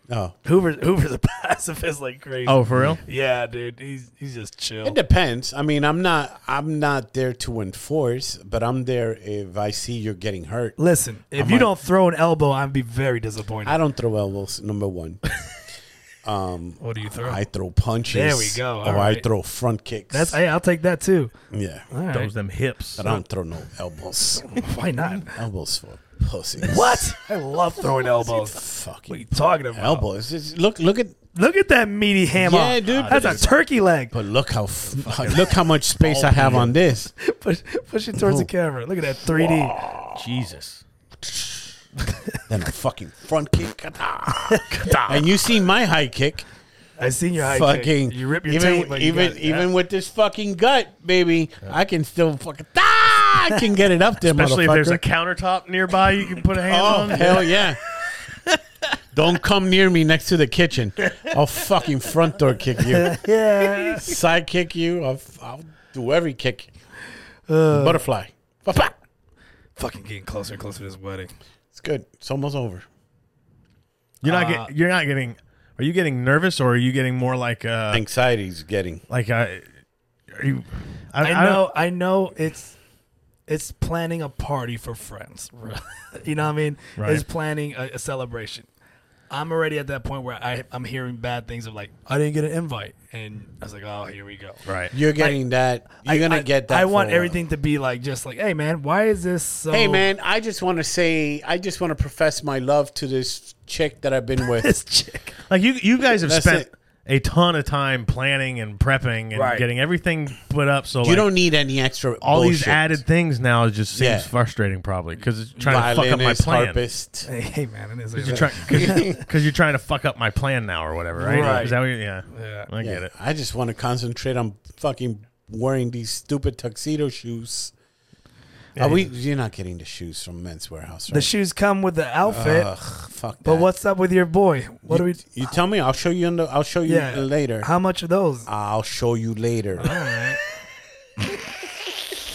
Speaker 2: Oh,
Speaker 1: Hoover Hoover's a <laughs> pacifist like crazy.
Speaker 3: Oh, for real?
Speaker 1: yeah, dude. He's he's just chill.
Speaker 2: it depends. I mean, I'm not I'm not there to enforce, but I'm there if I see you're getting hurt.
Speaker 1: Listen, if
Speaker 2: I'm
Speaker 1: you
Speaker 2: like-
Speaker 1: don't throw an elbow, I'd be very disappointed.
Speaker 2: I don't throw elbows. Number one,
Speaker 1: what do you throw?
Speaker 2: I throw punches.
Speaker 1: There we go.
Speaker 2: Or
Speaker 1: All
Speaker 2: I
Speaker 1: right.
Speaker 2: throw front kicks.
Speaker 1: That's hey, I'll take that too.
Speaker 2: yeah.
Speaker 1: All right.
Speaker 3: Those them hips.
Speaker 2: But I don't throw no elbows.
Speaker 1: <laughs> Why not?
Speaker 2: elbows for pussies.
Speaker 1: <laughs> What? I love throwing elbows.
Speaker 2: Fucking
Speaker 1: What are you talking about?
Speaker 2: elbows. Just look look at
Speaker 1: Look at that meaty hammer.
Speaker 2: Yeah, dude, but
Speaker 1: That's a turkey leg.
Speaker 2: but look how f- look how much space I have on this.
Speaker 1: Push, push it towards the camera. Look at that 3D.
Speaker 3: Jesus.
Speaker 2: Then a fucking
Speaker 1: <laughs>
Speaker 2: front kick. and you see my high kick.
Speaker 1: I seen your high kick.
Speaker 2: fucking
Speaker 1: You rip your
Speaker 2: even
Speaker 1: tape, but you
Speaker 2: even
Speaker 1: got it.
Speaker 2: even with this fucking gut, baby, I can still fucking <laughs> ah, I can get it up there,
Speaker 3: Especially if
Speaker 2: motherfucker.
Speaker 3: there's a countertop nearby, you can put a hand
Speaker 2: oh
Speaker 3: on.
Speaker 2: hell
Speaker 3: <laughs>
Speaker 2: yeah! Don't come near me next to the kitchen. I'll fucking front door kick you,
Speaker 1: <laughs>
Speaker 2: <laughs>
Speaker 1: Yeah.
Speaker 2: side kick you. I'll, I'll do every kick.
Speaker 1: Uh.
Speaker 2: Butterfly. Ba-pa!
Speaker 1: Fucking getting closer and closer to this wedding.
Speaker 2: It's good. It's almost over.
Speaker 3: You're not
Speaker 2: Uh,
Speaker 3: get, you're not getting. Are you getting nervous or are you getting more like uh
Speaker 2: Anxiety's getting.
Speaker 3: like uh, are you? I,
Speaker 1: I know. I know. It's it's planning a party for friends. <laughs> you know what I mean?
Speaker 3: Right.
Speaker 1: It's planning a, a celebration. I'm already at that point where I I'm hearing bad things of like I didn't get an invite, and I was like, oh, here we go.
Speaker 3: Right.
Speaker 2: You're getting that. You're
Speaker 1: I-
Speaker 2: gonna
Speaker 1: I,
Speaker 2: get that.
Speaker 1: I
Speaker 2: for
Speaker 1: want
Speaker 2: a while.
Speaker 1: everything to be like just like, hey man, why is this so?
Speaker 2: Hey man, I just want to say, I just want to profess my love to this chick that I've been
Speaker 3: <laughs>
Speaker 1: <laughs>
Speaker 2: with.
Speaker 1: this chick.
Speaker 3: Like you, you guys have
Speaker 2: That's
Speaker 3: spent
Speaker 2: it.
Speaker 3: a ton of time planning and prepping and
Speaker 1: Right.
Speaker 3: getting everything put up. So
Speaker 2: You
Speaker 3: like,
Speaker 2: don't need any extra.
Speaker 3: all these
Speaker 2: bullshit.
Speaker 3: added things now is just seems
Speaker 2: Yeah.
Speaker 3: frustrating, probably because it's trying to fuck up my
Speaker 2: Violinist,
Speaker 3: plan.
Speaker 2: harpist.
Speaker 1: Hey, hey man, it is.
Speaker 3: You're because you're trying to fuck up my plan now or whatever, right?
Speaker 1: Right.
Speaker 3: Is that what you yeah.
Speaker 1: Yeah.
Speaker 3: I get it.
Speaker 2: I just want to concentrate on fucking wearing these stupid tuxedo shoes. Are we? You're not getting the shoes from Men's Warehouse,
Speaker 1: the
Speaker 2: right?
Speaker 1: shoes come with the outfit,
Speaker 2: Ugh, fuck.
Speaker 1: but
Speaker 2: that.
Speaker 1: what's up with your boy? What
Speaker 2: You,
Speaker 1: do we?
Speaker 2: you tell me. I'll show you. In the, I'll show you
Speaker 1: Yeah,
Speaker 2: later.
Speaker 1: How much are those?
Speaker 2: I'll show you later.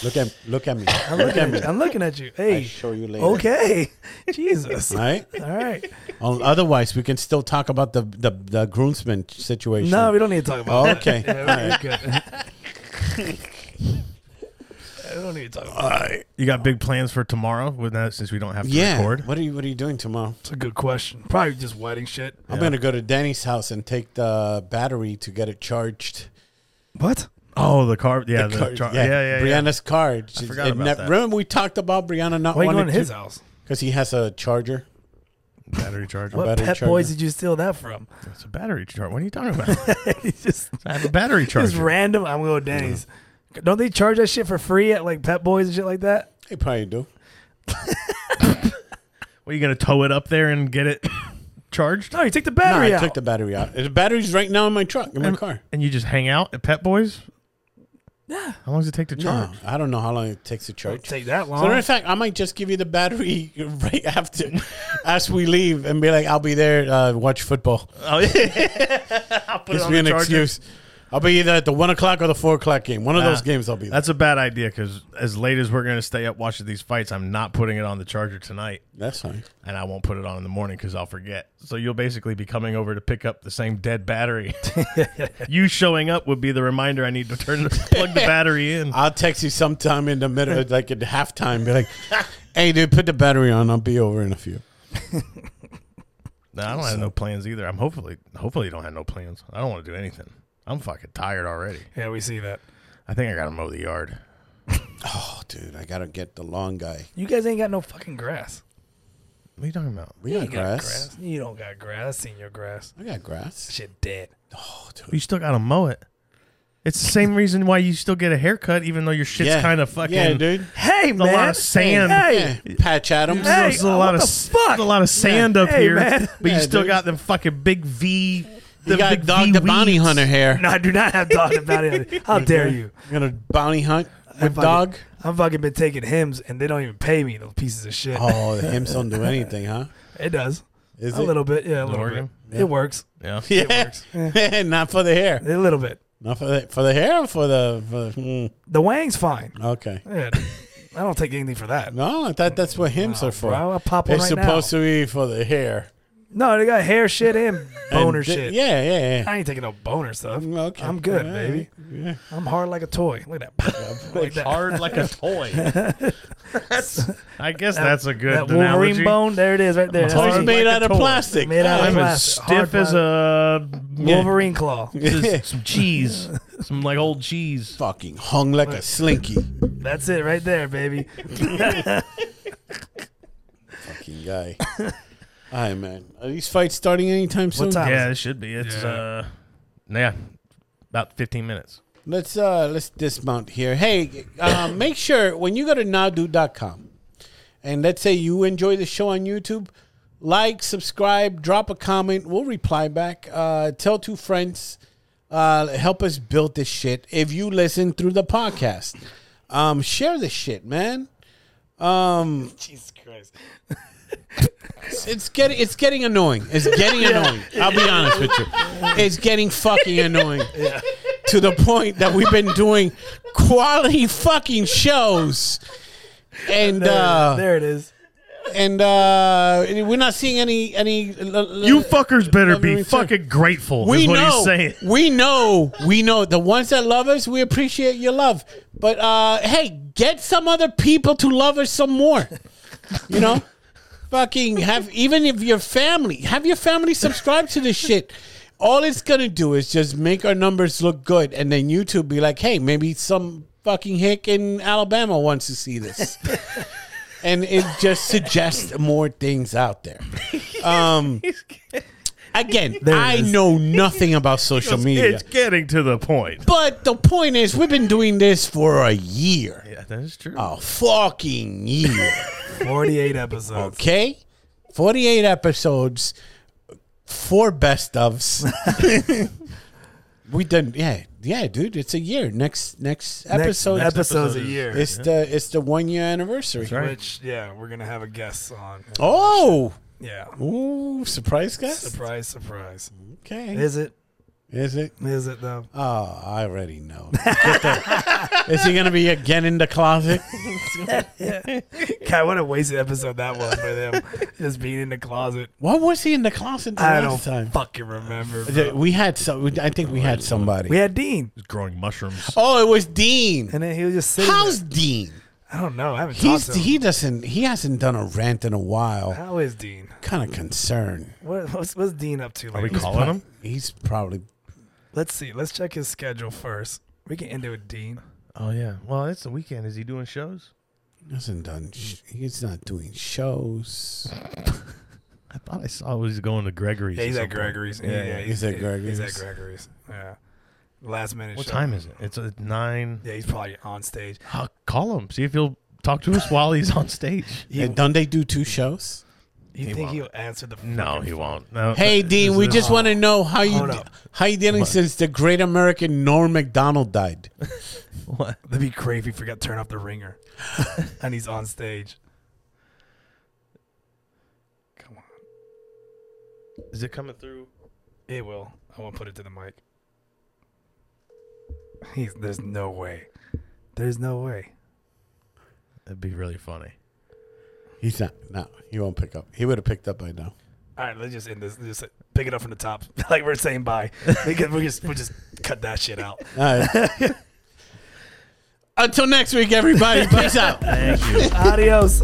Speaker 2: look at look at me.
Speaker 1: I'm
Speaker 2: Look
Speaker 1: looking
Speaker 2: at
Speaker 1: at
Speaker 2: me.
Speaker 1: you. I'm looking at you. Hey,
Speaker 2: I'll show you later.
Speaker 1: okay, <laughs> Jesus.
Speaker 2: All
Speaker 1: All
Speaker 3: <laughs>
Speaker 2: right.
Speaker 1: right.
Speaker 2: Well, Otherwise, we can still talk about the the, the groomsmen situation.
Speaker 1: No, we don't need to talk <laughs>
Speaker 2: Oh.
Speaker 1: about. that.
Speaker 2: Okay.
Speaker 1: Yeah, we're good. <laughs> I don't need to talk about. That.
Speaker 3: You got big plans for tomorrow with that since we don't have to
Speaker 2: Yeah.
Speaker 3: record.
Speaker 2: What are you What are you doing tomorrow?
Speaker 1: It's a good question. Probably just wedding shit.
Speaker 2: I'm gonna go to Danny's house and take the battery to get it charged.
Speaker 1: What?
Speaker 3: Oh, the car. Yeah, the,
Speaker 2: Card-
Speaker 3: char- yeah, yeah, yeah.
Speaker 2: Brianna's car. She-
Speaker 3: forgot
Speaker 2: it
Speaker 3: about
Speaker 2: nev-
Speaker 3: that.
Speaker 2: Remember we talked about Brianna not
Speaker 1: Why you
Speaker 2: wanting
Speaker 1: going to his house?
Speaker 2: because he has a charger.
Speaker 3: battery charger.
Speaker 1: What
Speaker 2: battery
Speaker 1: pet
Speaker 2: charger.
Speaker 1: boys did you steal that
Speaker 2: <laughs>
Speaker 1: from? <laughs>
Speaker 3: It's a battery charger. What are you talking about?
Speaker 1: It's just,
Speaker 3: I have
Speaker 2: <laughs>
Speaker 3: a battery
Speaker 1: just
Speaker 3: charger.
Speaker 1: random. I'm going to Danny's. Don't they charge that shit for free at like Pet Boys and shit like that?
Speaker 2: He probably do.
Speaker 3: What, are you going to tow it up there and get it <coughs> charged?
Speaker 1: No, you take the
Speaker 2: No,
Speaker 1: battery
Speaker 2: I
Speaker 1: out.
Speaker 2: took the battery out. The battery's right now in my truck in my car.
Speaker 3: And you just hang out at Pet Boys? Yeah. How long does it take to charge?
Speaker 2: <laughs> No, I don't know how long it takes to charge.
Speaker 1: Don't take that
Speaker 2: So in
Speaker 1: long.
Speaker 2: fact, I might just give you the battery <laughs> right after, as we leave, and be like, "I'll be there, uh, watch football."
Speaker 3: Oh, yeah. <laughs> I'll put
Speaker 2: Gives me an excuse. I'll be either at the one o'clock or the four o'clock game. One of those
Speaker 3: Nah,
Speaker 2: games, I'll be. There.
Speaker 3: That's a bad idea because as late as we're going to stay up watching these fights, I'm not putting it on the charger tonight
Speaker 2: That's fine.
Speaker 3: and I won't put it on in the morning because I'll forget. So you'll basically be coming over to pick up the same
Speaker 2: <laughs>
Speaker 3: dead battery. you showing up would be the reminder I need to turn the, plug the battery
Speaker 2: <laughs>
Speaker 3: in.
Speaker 2: I'll text you sometime in the <laughs> middle, like at halftime, be like, "Hey, dude, put the battery on. I'll be over in a few."
Speaker 3: No, I don't have no plans either. I'm hopefully, hopefully, you don't have no plans. I don't want to do anything. I'm fucking tired already.
Speaker 1: Yeah, we see that.
Speaker 3: I think I got to mow the yard.
Speaker 2: Oh, dude, I gotta get the long guy.
Speaker 1: You guys ain't got no fucking grass.
Speaker 3: What are you talking about?
Speaker 2: We
Speaker 1: You
Speaker 2: got
Speaker 1: ain't got
Speaker 2: grass.
Speaker 1: grass. You don't got grass. I seen your grass.
Speaker 2: I got grass.
Speaker 1: Shit dead.
Speaker 3: You still got to mow it. It's the same reason why you still get a haircut, even though your shit's kind of fucking.
Speaker 2: Yeah, dude.
Speaker 1: Hey,
Speaker 3: a
Speaker 1: man.
Speaker 3: lot of sand.
Speaker 1: Hey.
Speaker 2: Yeah. Patch Adams.
Speaker 1: Hey,
Speaker 3: there's a lot
Speaker 1: what
Speaker 3: of
Speaker 1: the
Speaker 3: s-
Speaker 1: fuck?
Speaker 3: a lot of sand up
Speaker 1: Hey,
Speaker 3: here,
Speaker 1: man.
Speaker 3: but you
Speaker 2: Yeah,
Speaker 3: still
Speaker 2: dude.
Speaker 3: got them fucking big V.
Speaker 2: You
Speaker 3: them
Speaker 2: got
Speaker 3: big
Speaker 2: dog
Speaker 3: V
Speaker 2: the bounty
Speaker 3: weeds.
Speaker 2: hunter hair.
Speaker 1: No, I do not have dog about it. How dare you?
Speaker 2: You gonna bounty hunt with
Speaker 1: fucking-
Speaker 2: dog?
Speaker 1: I've fucking been taking hymns and they don't even pay me those pieces of shit.
Speaker 2: Oh, the hymns don't do
Speaker 1: <laughs>
Speaker 2: anything, huh?
Speaker 1: It does.
Speaker 2: Is
Speaker 1: a
Speaker 2: it?
Speaker 1: little bit. Yeah, a little
Speaker 3: Oregon?
Speaker 1: bit. It works.
Speaker 3: Yeah.
Speaker 2: Yeah. <laughs> Not for the hair.
Speaker 1: A little bit.
Speaker 2: Not for the for the hair or for the for the, hmm.
Speaker 1: The Wang's fine.
Speaker 2: okay.
Speaker 1: Yeah. <laughs> I don't take anything for that.
Speaker 2: No, I thought that's what hymns are for.
Speaker 1: bro, I'll pop one
Speaker 2: It's
Speaker 1: right
Speaker 2: supposed to be for the hair.
Speaker 1: No, they got hair shit and
Speaker 2: And
Speaker 1: boner
Speaker 2: th-
Speaker 1: shit.
Speaker 2: Yeah, yeah, yeah.
Speaker 1: I ain't taking no boner stuff.
Speaker 2: Okay.
Speaker 1: I'm good,
Speaker 2: All right.
Speaker 1: baby.
Speaker 2: Yeah.
Speaker 1: I'm hard like a toy. Look at that. like that.
Speaker 3: Hard like
Speaker 1: <laughs>
Speaker 3: a toy. That's- I guess that's a good
Speaker 1: that
Speaker 3: analogy.
Speaker 1: Wolverine bone. There it is, right there. That's
Speaker 2: Toys
Speaker 1: hard-
Speaker 2: made
Speaker 3: like a
Speaker 2: out of
Speaker 3: toy.
Speaker 2: plastic.
Speaker 1: made out of
Speaker 3: I'm as
Speaker 1: plastic. Hard
Speaker 3: stiff as
Speaker 1: plastic.
Speaker 3: a
Speaker 1: Wolverine claw.
Speaker 3: just
Speaker 2: <laughs>
Speaker 3: some cheese, some like old cheese.
Speaker 2: Fucking hung like a slinky.
Speaker 1: That's it, right there,
Speaker 2: <laughs>
Speaker 1: baby.
Speaker 2: Fucking
Speaker 1: <laughs>
Speaker 2: guy. All right, man. Are these fights starting anytime soon?
Speaker 1: time?
Speaker 3: Yeah, it should be. It's uh, yeah, about 15 minutes.
Speaker 2: Let's uh let's dismount here. Hey, uh, make sure when you go to nowdo.com and let's say you enjoy the show on YouTube, like, subscribe, drop a comment, we'll reply back. Uh tell two friends. Uh help us build this shit if you listen through the podcast. Um share this shit, man. Um,
Speaker 1: <laughs> Jesus Christ.
Speaker 2: It's getting it's getting annoying. It's
Speaker 1: <laughs>
Speaker 2: getting annoying. I'll be honest with you. It's getting fucking annoying. To the point that we've been doing quality fucking shows. And uh
Speaker 1: there it is.
Speaker 2: and uh we're not seeing any any
Speaker 3: You fuckers better
Speaker 2: let me
Speaker 3: be
Speaker 2: return.
Speaker 3: fucking grateful.
Speaker 2: we
Speaker 3: is what
Speaker 2: know
Speaker 3: he's saying.
Speaker 2: we know we know the ones that love us we appreciate your love but uh hey get some other people to love us some more you know fucking have even if your family have your family subscribe to this shit all it's gonna do is just make our numbers look good and then youtube be like hey maybe some fucking hick in alabama wants to see this and it just suggests more things out there um Again, I know nothing about social media.
Speaker 3: It's getting to the point.
Speaker 2: But the point is, we've been doing this for a year.
Speaker 3: Yeah, that is true.
Speaker 2: A fucking year.
Speaker 1: 48 episodes.
Speaker 2: Okay? 48 episodes, four best ofs. we done, yeah, yeah, dude. It's a year. Next <laughs>
Speaker 1: Next
Speaker 2: next episode,
Speaker 1: episodes a
Speaker 3: episode is-
Speaker 1: year.
Speaker 2: it's the it's the one year anniversary.
Speaker 3: right.
Speaker 1: Which, yeah, we're going to have a guest on.
Speaker 2: Oh, <laughs>
Speaker 1: Yeah.
Speaker 2: ooh, surprise guys.
Speaker 1: Surprise, surprise.
Speaker 2: Okay,
Speaker 1: Is it?
Speaker 2: is it?
Speaker 1: Is it, though?
Speaker 2: Oh, I already know. Get the- <laughs> is he gonna be again in the closet?
Speaker 1: God, what a wasted episode that was for
Speaker 2: <laughs>
Speaker 1: them. Just being in the closet.
Speaker 2: Why was he in the closet the
Speaker 1: I don't
Speaker 2: last time?
Speaker 1: fucking remember. bro.
Speaker 2: Th- We had some. I think we had somebody.
Speaker 1: We had Dean,
Speaker 3: He's growing mushrooms.
Speaker 2: oh, it was Dean.
Speaker 1: and then he was just sitting.
Speaker 2: How's
Speaker 1: there.
Speaker 2: Dean?
Speaker 1: I don't know. I haven't talked
Speaker 2: He's
Speaker 1: to him.
Speaker 2: he doesn't he hasn't done a rant in a while.
Speaker 1: How is Dean?
Speaker 2: Kind of concerned.
Speaker 1: What, what's, what's Dean up to?
Speaker 3: Are we
Speaker 1: lately?
Speaker 3: calling him?
Speaker 2: He's probably
Speaker 1: Let's see. Let's check his schedule first. We can end it with Dean.
Speaker 3: Oh yeah. Well, it's the weekend. Is he doing shows?
Speaker 2: hasn't done. Sh- he's not doing shows.
Speaker 3: I thought I saw he was going to Gregory's.
Speaker 1: Yeah,
Speaker 3: or
Speaker 1: he's at
Speaker 3: something.
Speaker 1: Gregory's. Yeah, yeah,
Speaker 2: he's at
Speaker 1: He's at
Speaker 2: Gregory's.
Speaker 1: Gregory's. Yeah. Last minute.
Speaker 3: What
Speaker 1: show.
Speaker 3: time is it? It's at nine.
Speaker 1: Yeah, he's probably on stage.
Speaker 3: I'll call him. See if he'll talk to us <laughs> while he's on stage.
Speaker 2: and don't they do two shows?
Speaker 1: You think
Speaker 3: won't.
Speaker 1: he'll answer the?
Speaker 3: <laughs> No,
Speaker 1: fucking
Speaker 3: he
Speaker 1: phone?
Speaker 3: won't. No,
Speaker 2: Hey
Speaker 3: th-
Speaker 2: Dean,
Speaker 3: this
Speaker 2: we
Speaker 3: is-
Speaker 2: just want to know how you
Speaker 1: Hold
Speaker 2: de-
Speaker 1: up.
Speaker 2: how you dealing since the great American Norm Macdonald
Speaker 1: <laughs>
Speaker 2: died.
Speaker 3: <laughs> What?
Speaker 1: That'd be great if he forgot to turn off the
Speaker 3: <laughs>
Speaker 1: ringer, and he's on stage. Come on,
Speaker 3: Is it coming through?
Speaker 1: it will. I won't put it to the mic. He's, there's no way. There's no way.
Speaker 3: That'd be really funny.
Speaker 2: He's not. No, he won't pick up. He would have picked up
Speaker 1: <laughs>
Speaker 2: by now.
Speaker 1: All right, let's just end this. Just pick it up from the top, <laughs> like we're saying
Speaker 3: <laughs>
Speaker 1: bye. Because we just we just cut that shit out.
Speaker 2: All right.
Speaker 1: <laughs>
Speaker 2: Until next week, everybody. Peace out.
Speaker 1: Adios.